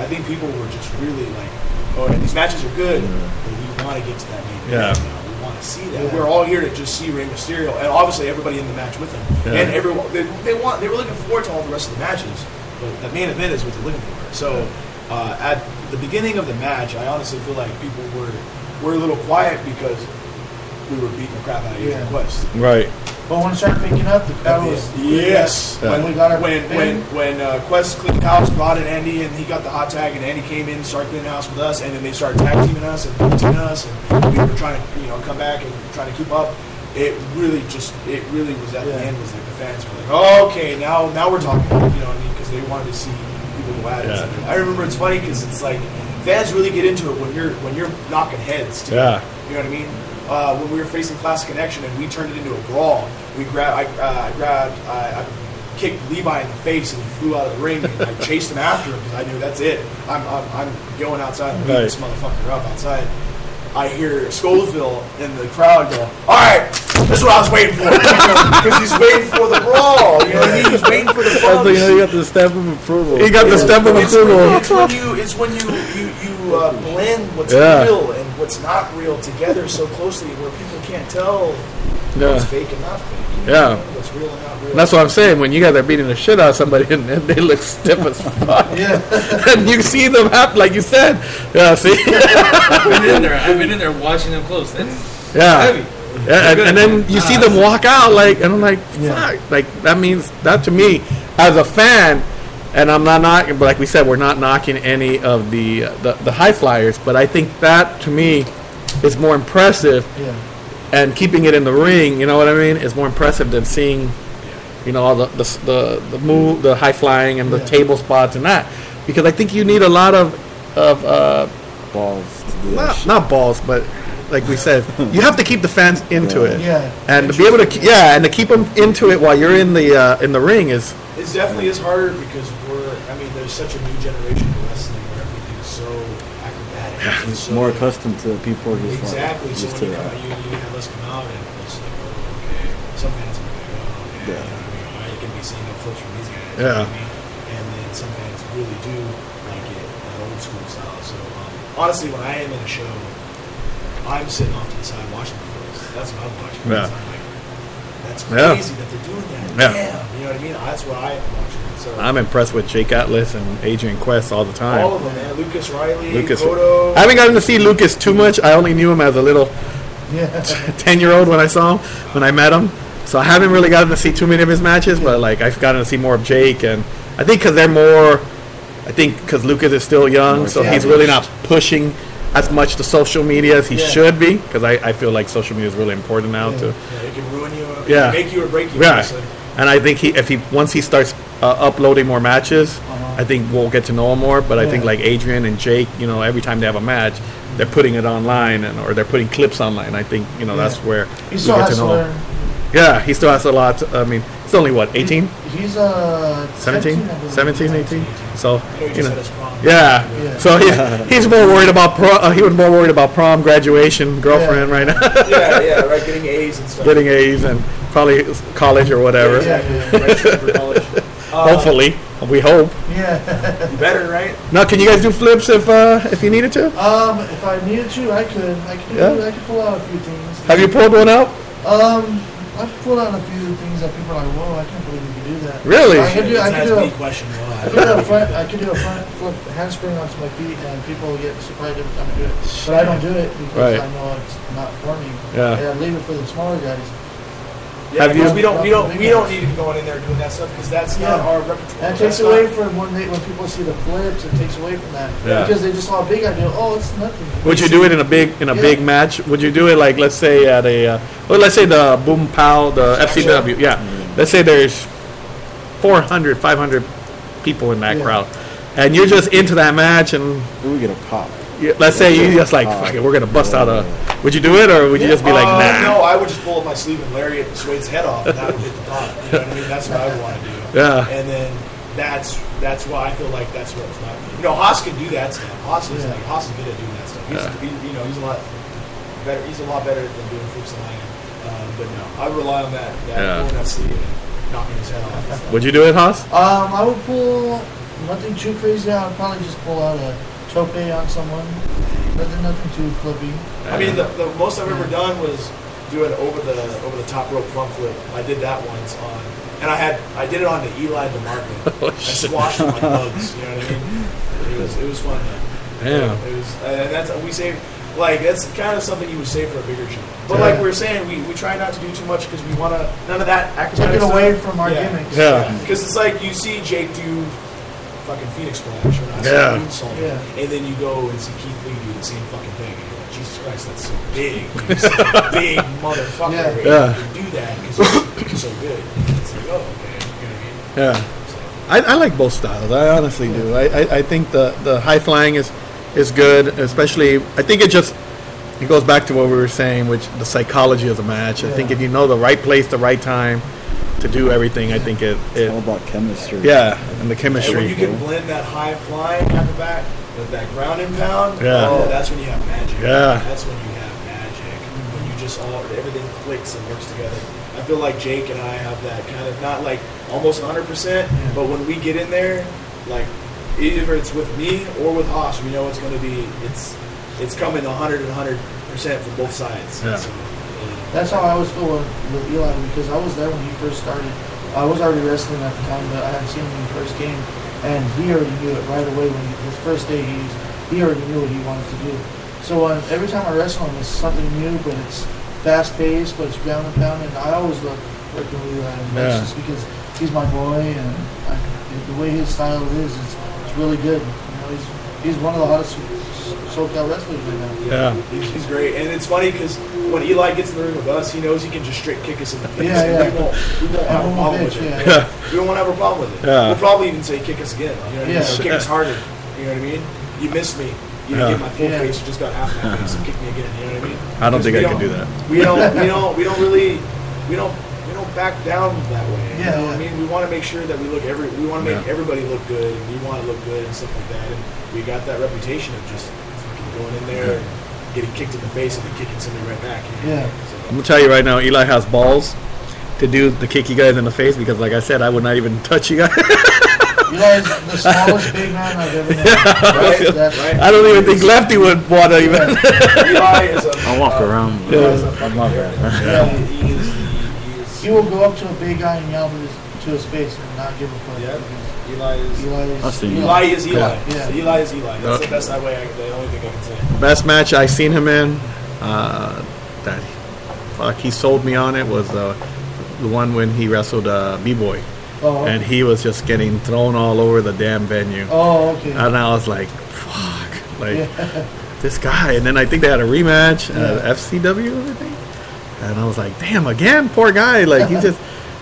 S3: I think people were just really like, oh, these matches are good, but we want to get to that main event.
S2: Yeah.
S3: now. We want to see that.
S4: Yeah.
S3: We're all here to just see Rey Mysterio and obviously everybody in the match with him.
S2: Yeah.
S3: And everyone they, they want they were looking forward to all the rest of the matches, but the main event is what they're looking for. So uh, at the beginning of the match, I honestly feel like people were were a little quiet because we were beating the crap out of Adrian
S4: Yeah.
S3: Quest.
S2: Right.
S4: But when it started picking up, the crowd was
S3: yes.
S4: When we got our
S3: when
S4: big-
S3: when when uh, Quest cleaned house, brought in Andy, and he got the hot tag, and Andy came in, started cleaning house with us, and then they started tag teaming us and teaming us, and we were trying to you know come back and trying to keep up. It really just it really was at the
S4: Yeah.
S3: end was like the fans were like, oh, okay, now now we're talking, you know, what I mean, because they wanted to see people go at it.
S2: Yeah.
S3: I remember it's funny because it's like fans really get into it when you're when you're knocking heads. Too.
S2: Yeah.
S3: You know what I mean? Uh, when we were facing Classic Connection and we turned it into a brawl, we grabbed, I, uh, I grabbed, I, I kicked Levi in the face and he flew out of the ring. And
S2: (laughs)
S3: I chased him after him because I knew that's it. I'm, I'm, I'm going outside and beating
S2: Right.
S3: this motherfucker up outside. I hear Scoville in the crowd go, "All right, this is what I was waiting for," (laughs) because he's waiting for the brawl. You know what I mean? He's waiting for the brawl.
S1: So, you know, you got the stamp of approval.
S2: He got the step of
S3: It's when,
S2: approval.
S3: you, it's when you it's when you you, you uh, blend what's
S2: Yeah.
S3: real and what's not real together so closely where people can't tell
S2: Yeah.
S3: What's fake and not fake. You
S2: Yeah.
S3: know, What's real and not real.
S2: That's what I'm saying. When you guys are beating the shit out of somebody (laughs) and then they look stiff as fuck,
S4: Yeah.
S2: (laughs) and you see them happen, like you said, yeah, see,
S1: (laughs)
S5: I've been in there. I've been in there watching them close. That's
S2: yeah,
S5: heavy.
S2: Yeah, and, and then you see them walk out, like, and I'm like,
S4: Ah. Yeah.
S2: fuck, like that means that to me as a fan, and I'm not knocking, but like we said, we're not knocking any of the uh, the, the high flyers, but I think that to me is more impressive
S4: Yeah.
S2: and keeping it in the ring, you know what I mean, is more impressive than seeing, you know, all the the the, the move, the high flying, and the
S4: Yeah.
S2: table spots and that, because I think you need a lot of of uh,
S1: balls to do that
S2: not,
S1: shit.
S2: not balls, but like we said, you have to keep the fans into
S1: Yeah.
S2: it,
S4: Yeah.
S2: and to be able to ke- yeah, and to keep them into it while you're in the uh, in the ring is
S3: It definitely is harder because we're. I mean, there's such a new generation of wrestling where everything's so acrobatic. and
S1: It's
S3: so-
S1: more accustomed to the people who just
S3: Exactly.
S1: like
S3: So
S1: used
S3: when
S1: to
S3: you come out,
S1: that.
S3: you, you have us come out and it's like, oh, okay. Some fans are like, oh, okay. You
S1: Yeah.
S3: know what I mean? Why you can be seeing no flips from these guys? you
S2: Yeah.
S3: know what I mean? And then some fans really do like it, that old school style. So um, honestly, when I am in a show, I'm sitting off to the side watching the flips. That's what I'm watching.
S2: Yeah.
S3: I'm like, that's
S2: Yeah.
S3: crazy that they're doing that.
S2: Yeah.
S3: Damn. You know what I mean? That's what I am watching. So
S2: I'm impressed with Jake Atlas and Adrian Quest all the time.
S3: all of them, man. Lucas Riley,
S2: Lucas,
S3: Cotto.
S2: I haven't gotten to see Lucas too much. I only knew him as a little (laughs)
S4: Yeah.
S2: 10 year old when I saw him, when I met him. So I haven't really gotten to see too many of his matches, but like I've gotten to see more of Jake. And I think because they're more, I think because Lucas is still young,
S1: More
S2: so he's really not pushing as much the social media as he
S4: Yeah.
S2: should be. Because I, I feel like social media is really important now
S4: Yeah.
S2: to.
S3: Yeah, it can ruin you. It
S2: Yeah.
S3: can make you or break you.
S2: Yeah,
S3: honestly.
S2: and I think he if he once he starts uh, uploading more matches,
S4: Uh-huh.
S2: I think we'll get to know him more. But I think
S4: Yeah.
S2: like Adrian and Jake, you know, every time they have a match, they're putting it online and or they're putting clips online. I think you know that's
S4: Yeah.
S2: where
S4: He's still
S2: we get to know.
S4: hustler.
S2: Him. Yeah, he still has a lot. to- I mean, he's only what 18,
S4: He's uh
S2: 17, 17, 18. So
S3: I know you
S2: you
S3: just
S2: know.
S3: had us wrong.
S2: Yeah.
S4: Yeah.
S2: so he, he's more worried about pro, uh, he was more worried about prom, graduation, girlfriend right now, (laughs)
S3: yeah, yeah, right. Getting A's and stuff.
S2: getting A's, and probably college or whatever.
S3: Exactly. right, straight for college. Uh,
S2: Hopefully, we hope.
S4: (laughs) Yeah.
S3: better, right?
S2: Now, can you guys do flips if uh, if you needed to?
S4: um, if I needed to, I could. I could. do
S2: Yeah.
S4: I could pull out a few things.
S2: Have you pulled one out?
S4: Um, I've pulled out a few things that people are like, whoa, I can't believe you could do that.
S2: Really?
S4: I could do, I could
S3: That's
S4: do,
S3: the
S4: a,
S3: question.
S4: I could do a front, I could do a front flip handspring onto my feet, and people get surprised every time I do it. But I don't do it because
S2: Right.
S4: I know it's not for me.
S2: Yeah.
S4: And I leave it for the smaller guys.
S3: Yeah,
S2: Have
S3: because
S2: you-
S3: we don't, we don't, we don't need to be going in there doing that stuff because that's not
S4: Yeah.
S3: our repertoire.
S4: And it
S3: That's
S4: takes away
S3: not-
S4: from when they, when people see the flips, it takes away from that
S2: Yeah.
S4: because they just saw a big idea. Oh, it's nothing.
S2: Would you do it in a big in a
S4: Yeah.
S2: big match? Would you do it like let's say at a uh, well, let's say the Boom Pow, the FCW, yeah. Let's say there's 400, 500 people in that
S4: Yeah.
S2: crowd, and you're just into that match, and
S1: We would get a pop.
S2: you, let's say you just like
S1: Oh.
S2: fuck it, we're gonna bust out a. Would you do it or would you just be like
S3: Uh,
S2: nah?
S3: No, I would just pull up my sleeve and lariat Swade's head off, and that would hit the top. You know what I mean? That's what I would want to do.
S2: Yeah.
S3: And then that's that's why I feel like that's what it's not. You know, Haas can do that stuff. Haas is
S4: Yeah.
S3: like Haas is good at doing that stuff. He's, he, you know, he's a lot better. He's a lot better than doing flips than I am. Um, but no, I would rely on that that
S2: Yeah.
S3: pulling that sleeve and knocking his head off.
S2: Would you do it, Haas?
S4: Um, I would pull nothing too crazy. I would probably just pull out a tope on someone. Nothing, nothing too flippy.
S3: I mean, the, the most I've ever done was doing over the over the top rope front flip. I did that once on, and I had I did it on the Eli DeMarco. I squashed him like bugs. You know what I mean? It was it was fun. Though.
S2: Yeah.
S3: It was, and that's we saved like that's kind of something you would save for a bigger show. But like
S4: Yeah.
S3: we are saying, we, we try not to do too much because we want to none of that
S4: Take
S3: acrobatic
S4: it away
S3: stuff.
S4: from our
S3: Yeah.
S4: gimmicks.
S2: Yeah.
S3: Because it's like you see Jake do fucking Phoenix Splash or not
S2: Yeah.
S4: Yeah.
S3: and then you go and see Keith Lee do the same fucking thing, and you're like, Jesus Christ, that's so big,
S4: (laughs)
S3: You're such a big motherfucker.
S4: Yeah.
S3: and
S2: Yeah.
S3: You do that because you're so good. It's like, oh, okay, you know what
S2: Yeah.
S3: I mean? So,
S2: I, I like both styles. I honestly do. I, I, I think the, the high flying is is good, especially. I think it just it goes back to what we were saying, which the psychology of the match. I think
S4: Yeah.
S2: if you know the right place, the right time to do everything, I think it,
S1: It's all
S2: it
S1: about chemistry.
S2: yeah, and the
S3: and when
S2: chemistry.
S3: you can blend that high flying acrobat with that ground and pound,
S2: Yeah.
S3: oh, that's when you have magic.
S2: Yeah.
S3: That's when you have magic. When you just all, everything clicks and works together. I feel like Jake and I have that kind of, not like almost 100%, but when we get in there, like, either it's with me or with Haas, we know it's going to be, it's it's coming 100 and 100% for both sides.
S2: Yeah.
S3: So, um,
S4: That's how I always feel with, with Eli because I was there when he first started. I was already wrestling at the time, but I hadn't seen him in the first game, and he already knew it right away when he, his first day. He he already knew what he wanted to do. So um, every time I wrestle him, it's something new, but it's fast paced, but it's ground and pound, and I always love working with Eli and
S2: Yeah.
S4: just because he's my boy, and I, the way his style is, it's, it's really good. You know, he's he's one of the hottest SoCal wrestlers right now.
S2: Yeah.
S3: He's, he's great, and it's funny because when Eli gets in the ring with us, he knows he can just straight kick us in the face.
S4: Yeah,
S3: and
S4: yeah.
S3: We won't, we won't have a
S4: I'm a
S3: problem
S4: bitch,
S3: with it.
S4: yeah.
S3: We won't have a problem with it.
S2: Yeah.
S3: We'll probably even say kick us again. You know what I mean?
S4: Yeah.
S3: Kick us harder. You know what I mean? You missed me. You didn't
S2: Yeah.
S3: get my full
S4: Yeah.
S3: face. You just got half my face. and kick me again. You know what I mean?
S2: I don't think I
S3: Because
S2: can
S3: we
S2: do that.
S3: We don't. We don't. We don't really. We don't. We don't back down that way.
S4: Yeah,
S3: You know what I
S4: yeah.
S3: mean? We want to make sure that we look every. We want to make
S2: Yeah.
S3: everybody look good, and we want to look good and stuff like that. And we got that reputation of just fucking going in there and getting kicked in the face and then kicking somebody right back. you know?
S4: Yeah.
S2: I'm gonna tell you right now, Eli has balls to do the kick you guys in the face because, like I said, I would not even touch you (laughs) guys.
S4: Eli's the smallest big man I've
S3: (laughs)
S4: ever known. That's- that's-
S3: Right.
S2: I don't even think Lefty would want to even.
S3: So, Eli is a.
S1: I walk
S3: uh,
S1: around.
S3: Eli is a
S1: Yeah.
S3: fucking
S1: My
S3: hero.
S1: bad.
S4: Yeah.
S3: He he is. He is.
S4: He will go up to a big guy and yell to his, to his face and not give a fuck.
S3: Yeah.
S4: because
S3: Eli is.
S4: Eli is.
S1: I've seen
S3: Eli is Eli.
S4: Yeah.
S3: Eli is Eli. That's
S2: Yeah.
S3: the best I way. I, the only thing I can say.
S2: Best match I seen him in, uh, that fuck he sold me on it was uh, the one when he wrestled uh, B Boy,
S4: Oh,
S2: and he was just getting thrown all over the damn venue,
S4: oh, okay.
S2: and I was like, fuck, like
S4: yeah.
S2: this guy. And then I think they had a rematch
S4: Yeah.
S2: at FCW, I think. And I was like, damn, again, poor guy. Like
S4: (laughs)
S2: he just,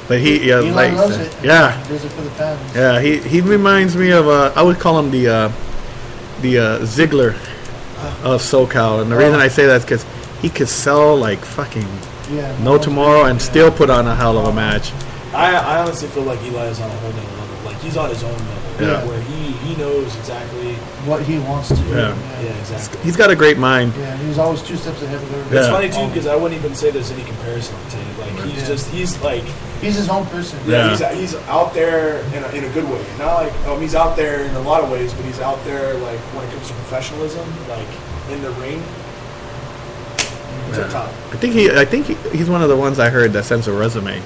S2: but he, yeah,
S4: Eli
S2: like,
S4: loves it.
S2: yeah,
S4: Does it for the fans.
S2: Yeah, he, he reminds me of uh, I would call him the uh, the uh, Ziggler of SoCal, and the reason I say that is because he could sell like fucking
S4: Yeah.
S2: no tomorrow and still put on a hell of a match.
S3: I, I honestly feel like Eli is on a whole nother level. Like he's on his own level,
S2: Yeah.
S3: where he, he knows exactly.
S4: What he wants to do.
S2: Yeah.
S3: Yeah, exactly.
S2: He's got a great mind.
S4: Yeah, he was always two steps ahead of everybody.
S3: It's
S2: Yeah.
S3: funny too because I wouldn't even say there's any comparison to him. Like he's
S4: Yeah.
S3: just he's like
S4: He's his own person.
S2: Yeah.
S3: he's, he's out there in a, in a good way. Not like um, he's out there in a lot of ways, but he's out there like when it comes to professionalism, like in the ring. He's
S2: Yeah.
S3: up top.
S2: I think he I think he, he's one of the ones I heard that sends a resume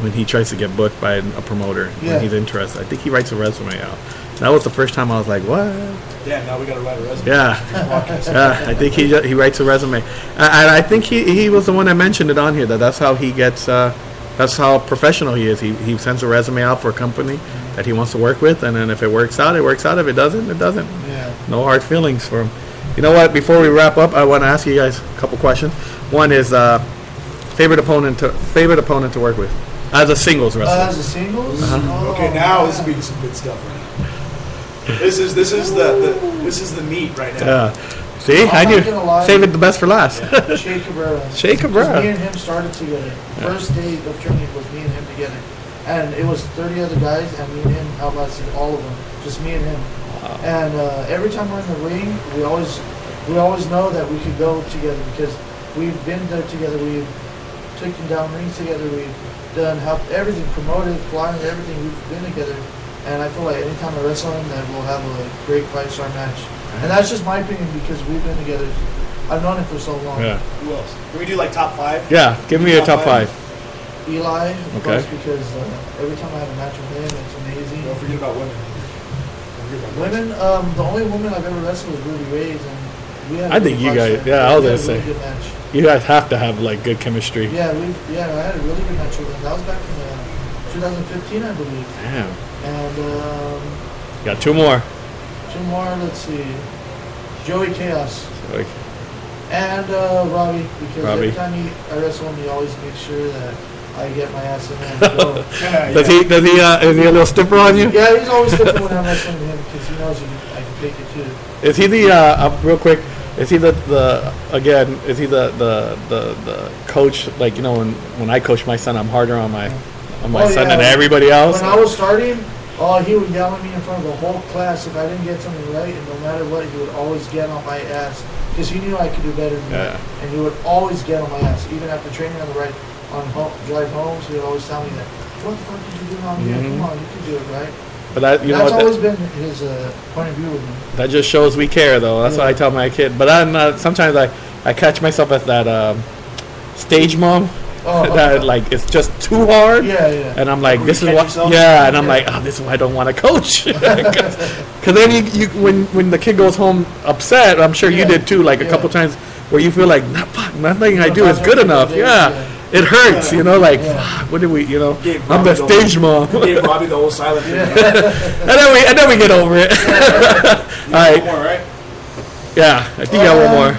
S2: when he tries to get booked by a promoter
S4: Yeah.
S2: when he's interested. I think he writes a resume out. That was the first time I was like, what?
S3: Damn, now we got to write a resume.
S2: Yeah.
S3: Podcast.
S2: Yeah, Ah, I think he he writes a resume, and I I think he, he was the one that mentioned it on here that that's how he gets. Uh, that's how professional he is. He, he sends a resume out for a company that he wants to work with, and then if it works out, it works out. If it doesn't, it doesn't.
S4: Yeah.
S2: No hard feelings for him. You know what? Before we wrap up, I want to ask you guys a couple questions. One is uh, favorite opponent to favorite opponent to work with as a singles
S4: Uh,
S2: wrestler.
S4: as a singles?
S2: Uh-huh.
S3: (laughs)
S4: Oh,
S3: Okay, now this
S4: man.
S3: is be some good stuff right now. This is this is the, the this is the meat right now.
S2: Yeah. See,
S4: I'm
S2: I
S4: not
S2: knew.
S4: gonna lie.
S2: Save it the best for last.
S4: Shea Cabrera.
S2: Shea Cabrera.
S4: Me and him started together. First day of training was me and him together. And it was 30 other guys, and me and him outlasted all of them. Just me and him. And uh, every time we're in the ring, we always we always know that we could go together because we've been there together. We've taken down rings together. We've done help everything, promoted, flying, everything. We've been together. And I feel like anytime I wrestle him, that we'll have a great five star match. And that's just my opinion because we've been together. I've known him for so long.
S2: Yeah.
S3: Who else? Can we do like top five?
S2: (laughs) Yeah. Give me your top five.
S4: Eli, of
S2: Okay.
S4: course, because uh, every time I have a match with him, it's amazing.
S3: Don't forget about women. Don't forget about
S4: Women, um, the only woman I've ever wrestled was Ruby Reyes, and we had. a
S2: I
S4: good
S2: think you
S4: match
S2: guys-
S4: there.
S2: yeah, I was gonna
S4: We had a really
S2: say.
S4: good match.
S2: You guys have to have like good chemistry.
S4: Yeah, we yeah, I had a really good match with him. That was back in uh, 2015, I believe.
S2: Damn.
S4: And um,
S2: Got two more.
S4: two more. Let's see, Joey Chaos
S2: Like,
S4: and uh, Robbie, because
S2: Robbie.
S4: every time he, I wrestle him, he always makes sure that I get my ass in there
S2: (laughs)
S4: and go.
S3: Yeah,
S2: Does he? Does he? Uh, is he a little stiffer on you?
S4: yeah, he's always looking when I'm wrestling him because he knows he, I can take it too.
S2: Is he the? Uh, uh, real quick. Is he the, the again? Is he the, the the the coach? Like you know, when when I coach my son, I'm harder on my on my
S4: Oh,
S2: son
S4: yeah.
S2: than everybody else.
S4: When I was starting, oh, he would yell at me in front of the whole class if I didn't get something right, and no matter what, he would always get on my ass because he knew I could do better than that. And he would always get on my ass, even after training on the right on home, drive home. So he would always tell me that, "What the fuck did you do wrong here?
S2: Mhm.
S4: Come on, you can do it right."
S2: but that you know
S4: That's
S2: what,
S4: always
S2: that,
S4: been his uh, point of view with
S2: (laughs)
S4: me.
S2: that just shows uh, we care though. That's what I tell my kid. But I'm not, sometimes I I catch myself at that um, stage mom
S4: Oh,
S2: (laughs) that like it's just too hard.
S4: yeah, yeah.
S2: And I'm like,
S3: Where
S2: this
S3: you
S2: is
S3: catch
S2: what,
S3: yourself?
S2: yeah. And I'm like, oh, this is why I don't want to coach, (laughs) because then you, you, when when the kid goes home upset, I'm sure you
S4: Yeah.
S2: did too, like a
S4: Yeah.
S2: couple times where you feel like, nah, fuck, nothing I do is
S4: Nothing
S2: good
S4: I do
S2: enough.
S4: is-
S2: Yeah, it hurts, you know, like,
S4: Yeah.
S2: fuck, what did we, you know,
S3: Yeah,
S2: I'm
S3: probably
S2: the
S3: don't-
S2: stage mom, (laughs) and
S3: Gave Robbie the whole silent
S2: (laughs)
S3: treatment.
S2: then we and then we get over it. (laughs) All
S5: One
S2: right,
S5: more, right?
S2: yeah, I think I got one more.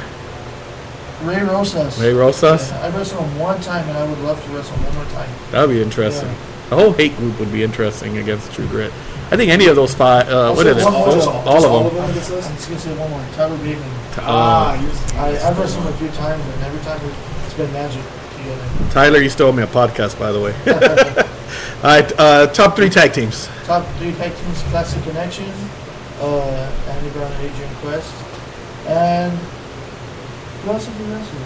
S4: Ray Rosas.
S2: Ray Rosas,
S4: Yeah, I wrestled him one time, and I would love to wrestle him one more time.
S2: that'd be interesting. The whole hate group would be interesting against True Grit. I think any of those five, uh, what
S4: Also,
S2: is it?
S4: one more.
S2: All, all of them. Uh,
S3: on this list?
S4: I'm just gonna say one more. Tyler Bateman.
S3: Ah, he was-
S4: I, I've wrestled him a few times, and every time it's been magic together.
S2: Tyler, you stole me a podcast, by the way.
S3: (laughs)
S2: All right, uh, top three tag teams.
S4: (laughs) Top three tag teams: Classic Connection, uh, Andy Brown and Adrian Quest, and who else have you wrestled?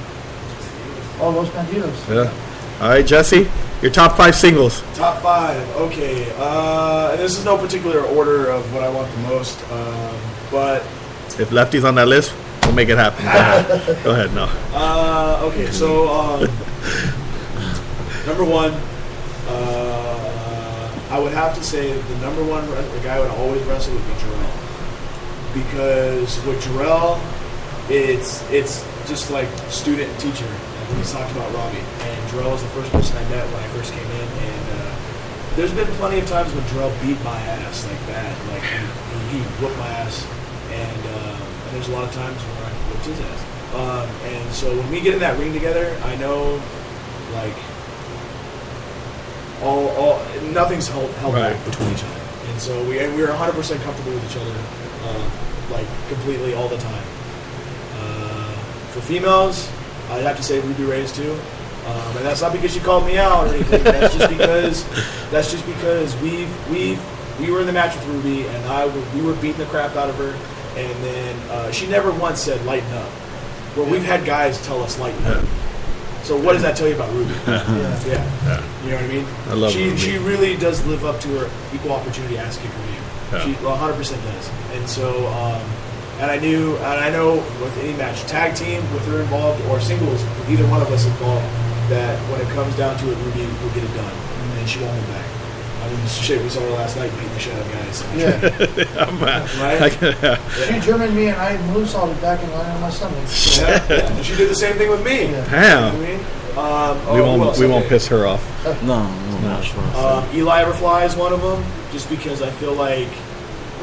S4: Oh, Los Bandidos.
S2: Yeah. All right, Jesse, your top five singles.
S3: Top five. Okay. Uh, and this is no particular order of what I want the most, um, but
S2: If Lefty's on that list, we'll make it (laughs) happen. Go ahead. Go ahead, no.
S3: uh, okay.
S2: (laughs)
S3: So um, number one, uh, I would have to say the number one wres- the guy I would always wrestle would be Jarrell, because with Jarrell, it's it's just like student and teacher. Like we just talked about Robbie and Jarrell was the first person I met when I first came in, and uh, there's been plenty of times when Jarrell beat my ass like that, like he, he, he whooped my ass, and, um, and there's a lot of times where I whooped his ass. Um, and so when we get in that ring together, I know like all, all nothing's held, held
S2: Right.
S3: back between each other, and so we and we were 100 percent comfortable with each other, uh, like completely all the time. Uh, for females, I'd have to say Ruby Reyes too, um, and that's not because she called me out or anything. That's just because that's just because we we we were in the match with Ruby, and I w- we were beating the crap out of her, and then uh, she never once said lighten up. Well, we've had guys tell us lighten up. So what does that tell you about
S2: (laughs)
S3: Ruby?
S4: Yeah.
S3: Yeah. You know what I mean?
S2: I love
S3: she,
S2: Ruby.
S3: She really does live up to her equal opportunity ass kicker name.
S2: Yeah.
S3: She 100 percent does. And so, um, and I knew, and I know with any match, tag team with her involved or singles, with either one of us involved, that when it comes down to it, Ruby will get it done, and she won't hold back. I mean, shit, we saw her last night beating the shit out of guys. (laughs)
S4: Yeah.
S2: I'm, uh, (laughs) I
S3: Right?
S2: can- yeah.
S4: she German me, and I moonsaulted back and landed on my stomach. So,
S3: (laughs) yeah, yeah. And she did the same thing with me.
S4: Yeah.
S3: You know what I
S2: Damn.
S3: mean? Um,
S2: We
S3: oh, who
S2: won't,
S3: else?
S2: we won't
S3: Okay.
S2: piss her off.
S1: No, no, no.
S3: Um, Eli Everfly is one of them, just because I feel like,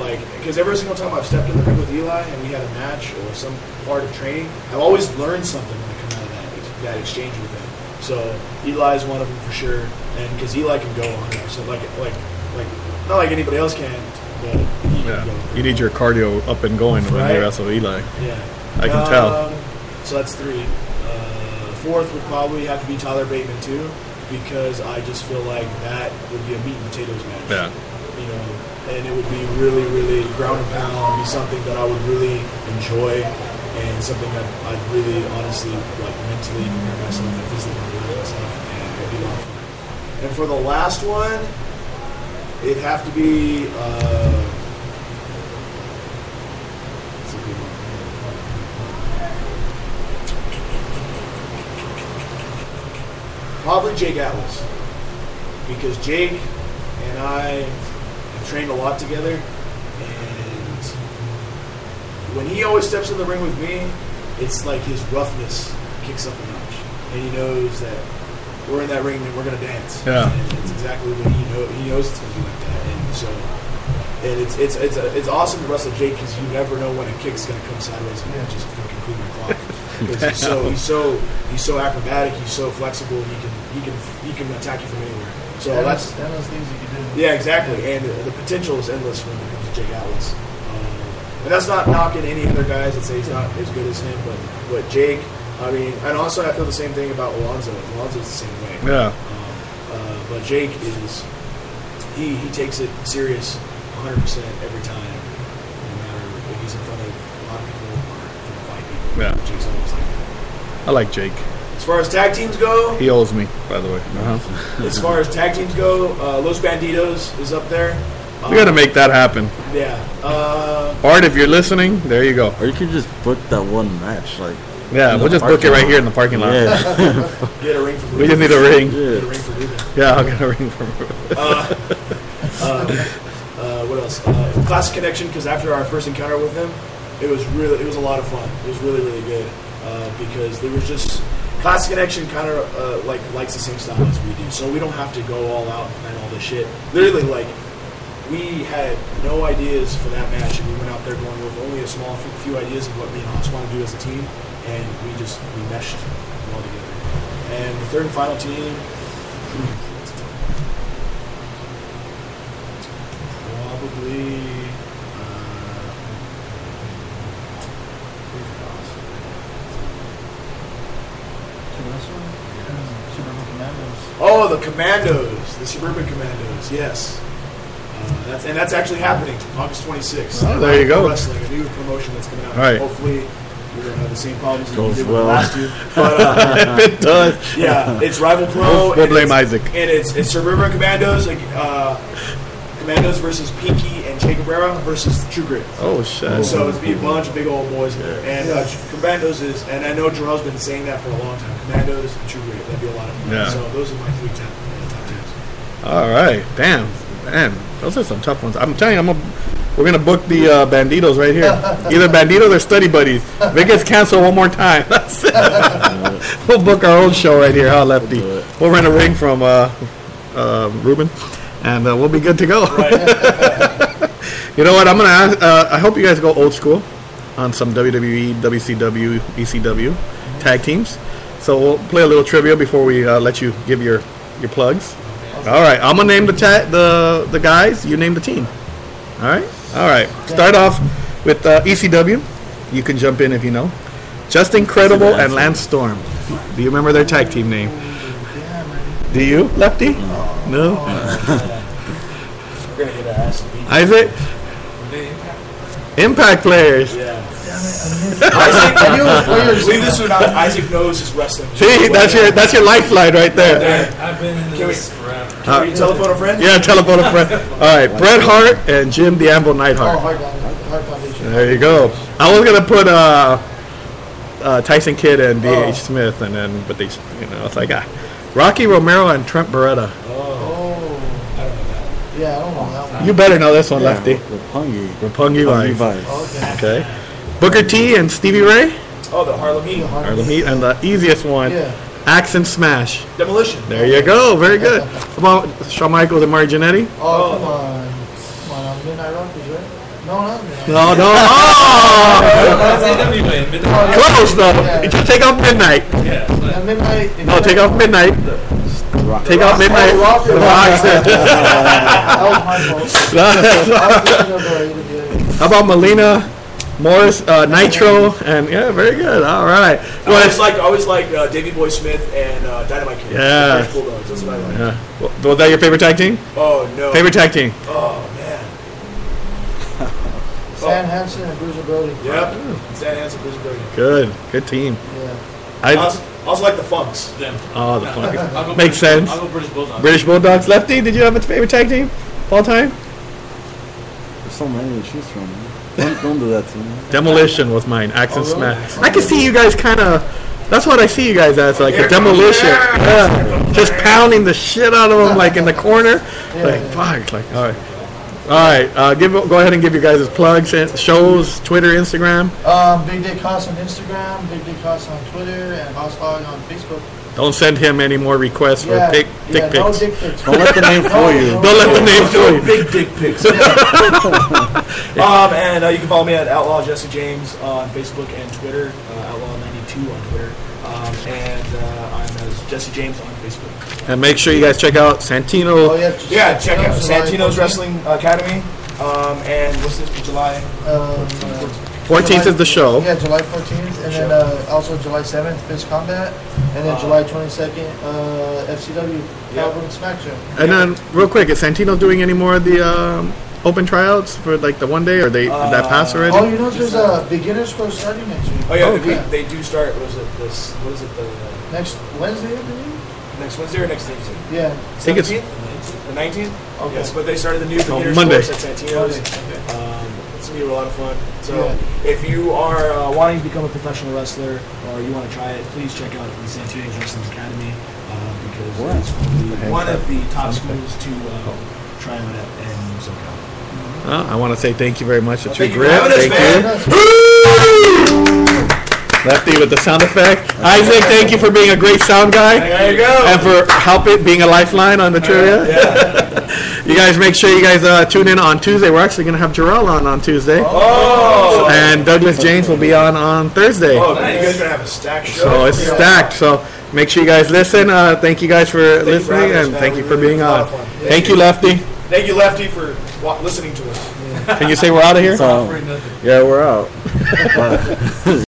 S3: like, because every single time I've stepped in the ring with Eli and we had a match or some part of training, I've always learned something when I come out of that ex- that exchange with him. So Eli is one of them for sure, and because Eli can go on, so like, like, like, not like anybody else can, but he can
S2: Yeah.
S3: go.
S2: You need your cardio up and going when
S3: Right.
S2: you wrestle Eli.
S3: Yeah.
S2: I can tell.
S3: Um, So that's three. Uh, fourth would probably have to be Tyler Bateman too, because I just feel like that would be a meat and potatoes match.
S2: Yeah.
S3: You know, and it would be really, really ground and pound, be something that I would really enjoy, and something that I'd really, honestly, like mentally prepare myself and physically prepare myself, and it'd be a lot of fun. And for the last one, it'd have to be. Uh, it's a good one. Probably Jake Atlas. Because Jake and I have trained a lot together. And when he always steps in the ring with me, it's like his roughness kicks up a notch. And he knows that we're in that ring and we're going to dance.
S2: Yeah.
S3: And it's exactly what he, know, he knows it's going to be like that. And so. And it's it's it's, a, it's awesome to wrestle Jake because you never know when a kick's gonna come sideways and
S4: Yeah.
S3: just fucking clean the clock. 'Cause he's so he's so he's so acrobatic, he's so flexible, he can he can he can attack you from anywhere. So
S4: endless-
S3: that's
S4: endless things you can do.
S3: yeah, exactly. And the, the potential is endless when it comes to Jake Atlas. Um, and that's not knocking any other guys that say he's not as good as him, but but Jake, I mean, and also I feel the same thing about Alonzo. Alonzo's the same way.
S2: Yeah.
S3: Um, uh, but Jake is he, he takes it serious 100 percent every time, no matter if he's in front of a lot of people or in front of five people.
S2: Yeah.
S3: Jake's always like that.
S2: I like Jake.
S3: As far as tag teams go,
S2: He owes me, by the way. Uh-huh.
S3: as far as tag teams go, uh, Los Bandidos is up there. Um,
S2: We got to make that happen.
S3: Yeah. Uh,
S2: Art, if you're listening, there you go.
S1: Or you could just book that one match, like
S2: Yeah, we'll just book it right here in the parking lot.
S1: Yeah.
S3: Get a ring for
S2: We just need a ring.
S3: Get a
S1: yeah.
S3: ring for Ruben.
S2: Yeah, I'll get a ring from her.
S3: uh, uh, what else? Uh, Classic Connection, because after our first encounter with them, it was really, it was a lot of fun. It was really, really good uh, because they were just Classic Connection kind of uh, like likes the same style as we do, so we don't have to go all out and all this shit. Literally, like we had no ideas for that match, and we went out there going with only a small few, few ideas of what me and Haas want to do as a team, and we just we meshed well together. And the third and final team. Probably. Uh,
S4: Suburban
S3: (laughs)
S4: Commandos.
S3: oh, the Commandos, the Suburban Commandos. Yes, uh, that's, and that's actually happening August 26th.
S2: Oh, there you go.
S3: Wrestling, a new promotion that's coming out.
S2: All right.
S3: Hopefully, we don't have the same problems as we
S1: Goes
S3: did
S1: well.
S3: with the last
S2: Oh,
S3: two. But uh,
S2: (laughs) it does.
S3: yeah, it's Rival Pro.
S2: We'll, we'll
S3: and
S2: blame
S3: it's-
S2: Isaac.
S3: And it's, it's Suburban Commandos, like, uh, Commandos versus Pinky and Che Guevara versus True Grit.
S2: Oh shit.
S3: So it's be a bunch of big old boys in there. And uh, Commandos is, and I know Jarrell's been saying that for a long time. Commandos, True Grit, that'd be a lot of fun.
S2: Yeah.
S3: So those are my three top, uh, top teams.
S2: All right, damn, man, those are some tough ones. I'm telling you, I'm a, we're gonna book the uh, banditos right
S1: (laughs)
S2: here. Either banditos or study buddies. If it gets canceled one more time, (laughs) that's
S1: (laughs)
S2: it. we'll book our own show right here, huh, Lefty?
S1: We'll do it.
S2: We'll rent a ring from uh, uh, Ruben, and uh, we'll be good to go. (laughs)
S3: Right.
S2: You know what? I'm gonna. Ask, uh, I hope you guys go old school on some E, WWE, WCW, ECW E tag teams. So we'll play a little trivia before we uh, let you give your your plugs. All right, I'm gonna name the ta- the the guys. You name the team. All right, all right. Start off with uh, ECW. You can jump in if you know. Just Incredible and Lance Storm. Do you remember their tag team name? Do you, Lefty? No.
S3: We're going to get our ass beat.
S2: Isaac. Impact players.
S3: yeah. (laughs)
S4: I knew it was players.
S3: Believe this or not, Isaac knows his wrestling.
S2: See, that's your that's your lifeline right there.
S5: I've been in
S3: Can we-
S5: this forever.
S3: Can you telephone a friend?
S2: Yeah, telephone a friend. All right, Bret Hart and Jim the Amble
S4: Oh,
S2: Neidhart.
S4: hard, Foundation. hard foundation.
S2: There you go. I was gonna put uh, uh, Tyson Kidd and D.H. Smith, and then but they, you know, it's like ah, Rocky Romero and Trent Beretta.
S4: Oh, yeah, I don't know that
S3: (laughs)
S4: one.
S2: You better know this one, (laughs) Lefty.
S1: Rapungi.
S2: Rapungi
S1: Rapungi
S2: Vice.
S1: Vice.
S4: Okay.
S2: Okay. Booker T and Stevie Ray.
S3: Oh, the Harlem Heat.
S2: Or the meat and the easiest one.
S4: Yeah.
S2: Axe and Smash.
S3: Demolition.
S2: There you go. Very good. How about Shawn Michaels and Mari Jannetty?
S4: Oh, come on. Come on, I'm Midnight Rockers, right? No, not Midnight
S2: No, no. (laughs) Oh!
S5: That's AW way, Midnight.
S2: Close though.
S4: Yeah.
S2: Just take off midnight.
S5: Yeah, but-
S4: Rockers. Midnight.
S2: No, take off midnight. Take off midnight.
S4: Rock-
S2: The Rock's there.
S4: That was my fault. I was thinking of, uh, either the other.
S2: (laughs) How about Melina, Morris, uh, Nitro, and yeah, very good. All right.
S3: I
S2: Well,
S3: always
S2: it's
S3: like, I always like uh, Davey Boy Smith and uh, Dynamite Kid.
S2: Yeah.
S3: British Bulldogs, That's what I like.
S2: yeah. was that your favorite tag team?
S3: Oh, no.
S2: Favorite tag team?
S3: Oh, man.
S4: Stan Hansen and Bruiser Brody.
S3: Yep. Stan Hansen, Bruce Brody.
S2: Good, good team.
S4: Yeah.
S2: I
S3: I also, I also like the Funks.
S5: them.
S2: oh the
S5: I'll go
S2: fuck makes
S5: British-
S2: sense.
S5: I'll go British Bulldog.
S2: British Bulldogs. Lefty, did you have a favorite tag team of all time?
S1: There's so many to choose from. man. Don't, don't do that to me.
S2: Demolition was mine. Axe and
S4: Oh, really?
S2: Smash. I can see you guys kind of. That's what I see you guys as, like a demolition. Yeah. Just pounding the shit out of them, like in the corner. Like fuck. Like all right, all right. Uh, give go ahead and give you guys his plugs, and shows, Twitter, Instagram.
S4: Um, Big Dick Haas on Instagram, Big Dick Haas on Twitter, and Haas Log on Facebook.
S2: Don't send him any more requests for
S4: yeah,
S2: pic,
S4: yeah,
S2: dick
S4: no
S2: pics. Oh,
S4: dick pics.
S1: Don't let the name
S2: (laughs)
S1: fool you.
S2: Don't
S4: (laughs)
S2: let the name fool you.
S3: Big dick (laughs) pics. um, and uh, you can follow me at Outlaw Jesse James on Facebook and Twitter. Uh, Outlaw92 on Twitter. Um, and uh, I'm as Jesse James on Facebook.
S2: And make sure you guys check out Santino.
S4: Oh, yeah, just-
S3: Yeah, check out
S4: July
S3: Santino's
S4: 14th.
S3: Wrestling Academy. Um, and what's this? July
S4: Um, uh,
S2: 14th is the show.
S4: Yeah, July 14th, and then uh, also July 7th, Fist Combat, and then
S3: Uh,
S4: July 22nd, uh, FCW,
S3: Yeah.
S4: Calvin Smack Show.
S2: And then, real quick, is Santino doing any more of the um, open tryouts for like the one day? Or they did that pass already?
S4: Oh, you know, there's a beginner's course starting next week.
S3: Oh yeah,
S2: Oh,
S3: the week
S4: okay.
S3: they do start. What is it? This what is it? The uh,
S4: Next Wednesday, I believe?
S3: next Wednesday or next Thursday?
S4: Yeah.
S2: think it's-
S3: 17th? The 19th?
S4: Okay.
S3: Yes, but they started the new
S2: Oh, Monday.
S3: theater Monday. at Santino's.
S4: Okay.
S3: Um, it's gonna be a lot of fun. So
S4: Yeah.
S3: if you are uh, wanting to become a professional wrestler or you want to try it, please check out the Santino's Wrestling Academy uh, because
S1: What?
S3: it's one of the-
S1: heck?
S3: one of the top schools to
S2: Oh.
S3: uh, try out at and SoCal.
S2: Uh, I want to say thank you very much. It's your
S3: thank you for
S2: grip.
S3: having us,
S2: Thank
S3: man.
S2: you. Lefty with the sound effect. Isaac, thank you for being a great sound guy.
S3: There you go.
S2: And for help it being a lifeline on the trivia. (laughs) you guys make sure you guys uh, tune in on Tuesday. We're actually going to have Jarrell on on Tuesday.
S3: Oh,
S2: And Douglas James will be on on Thursday.
S3: oh man, you guys are gonna have a stacked show.
S2: So it's
S3: Yeah.
S2: stacked. So make sure you guys listen. Uh, thank you guys for
S3: you for
S2: listening
S3: having us,
S2: and
S3: man.
S2: thank you
S3: We
S2: for
S3: really
S2: being
S3: had a lot
S2: on.
S3: of fun.
S2: Thank you, Lefty.
S3: Thank you, Lefty, for wa- listening to us.
S2: Can you say we're out of here?
S1: So, yeah, we're out. Bye.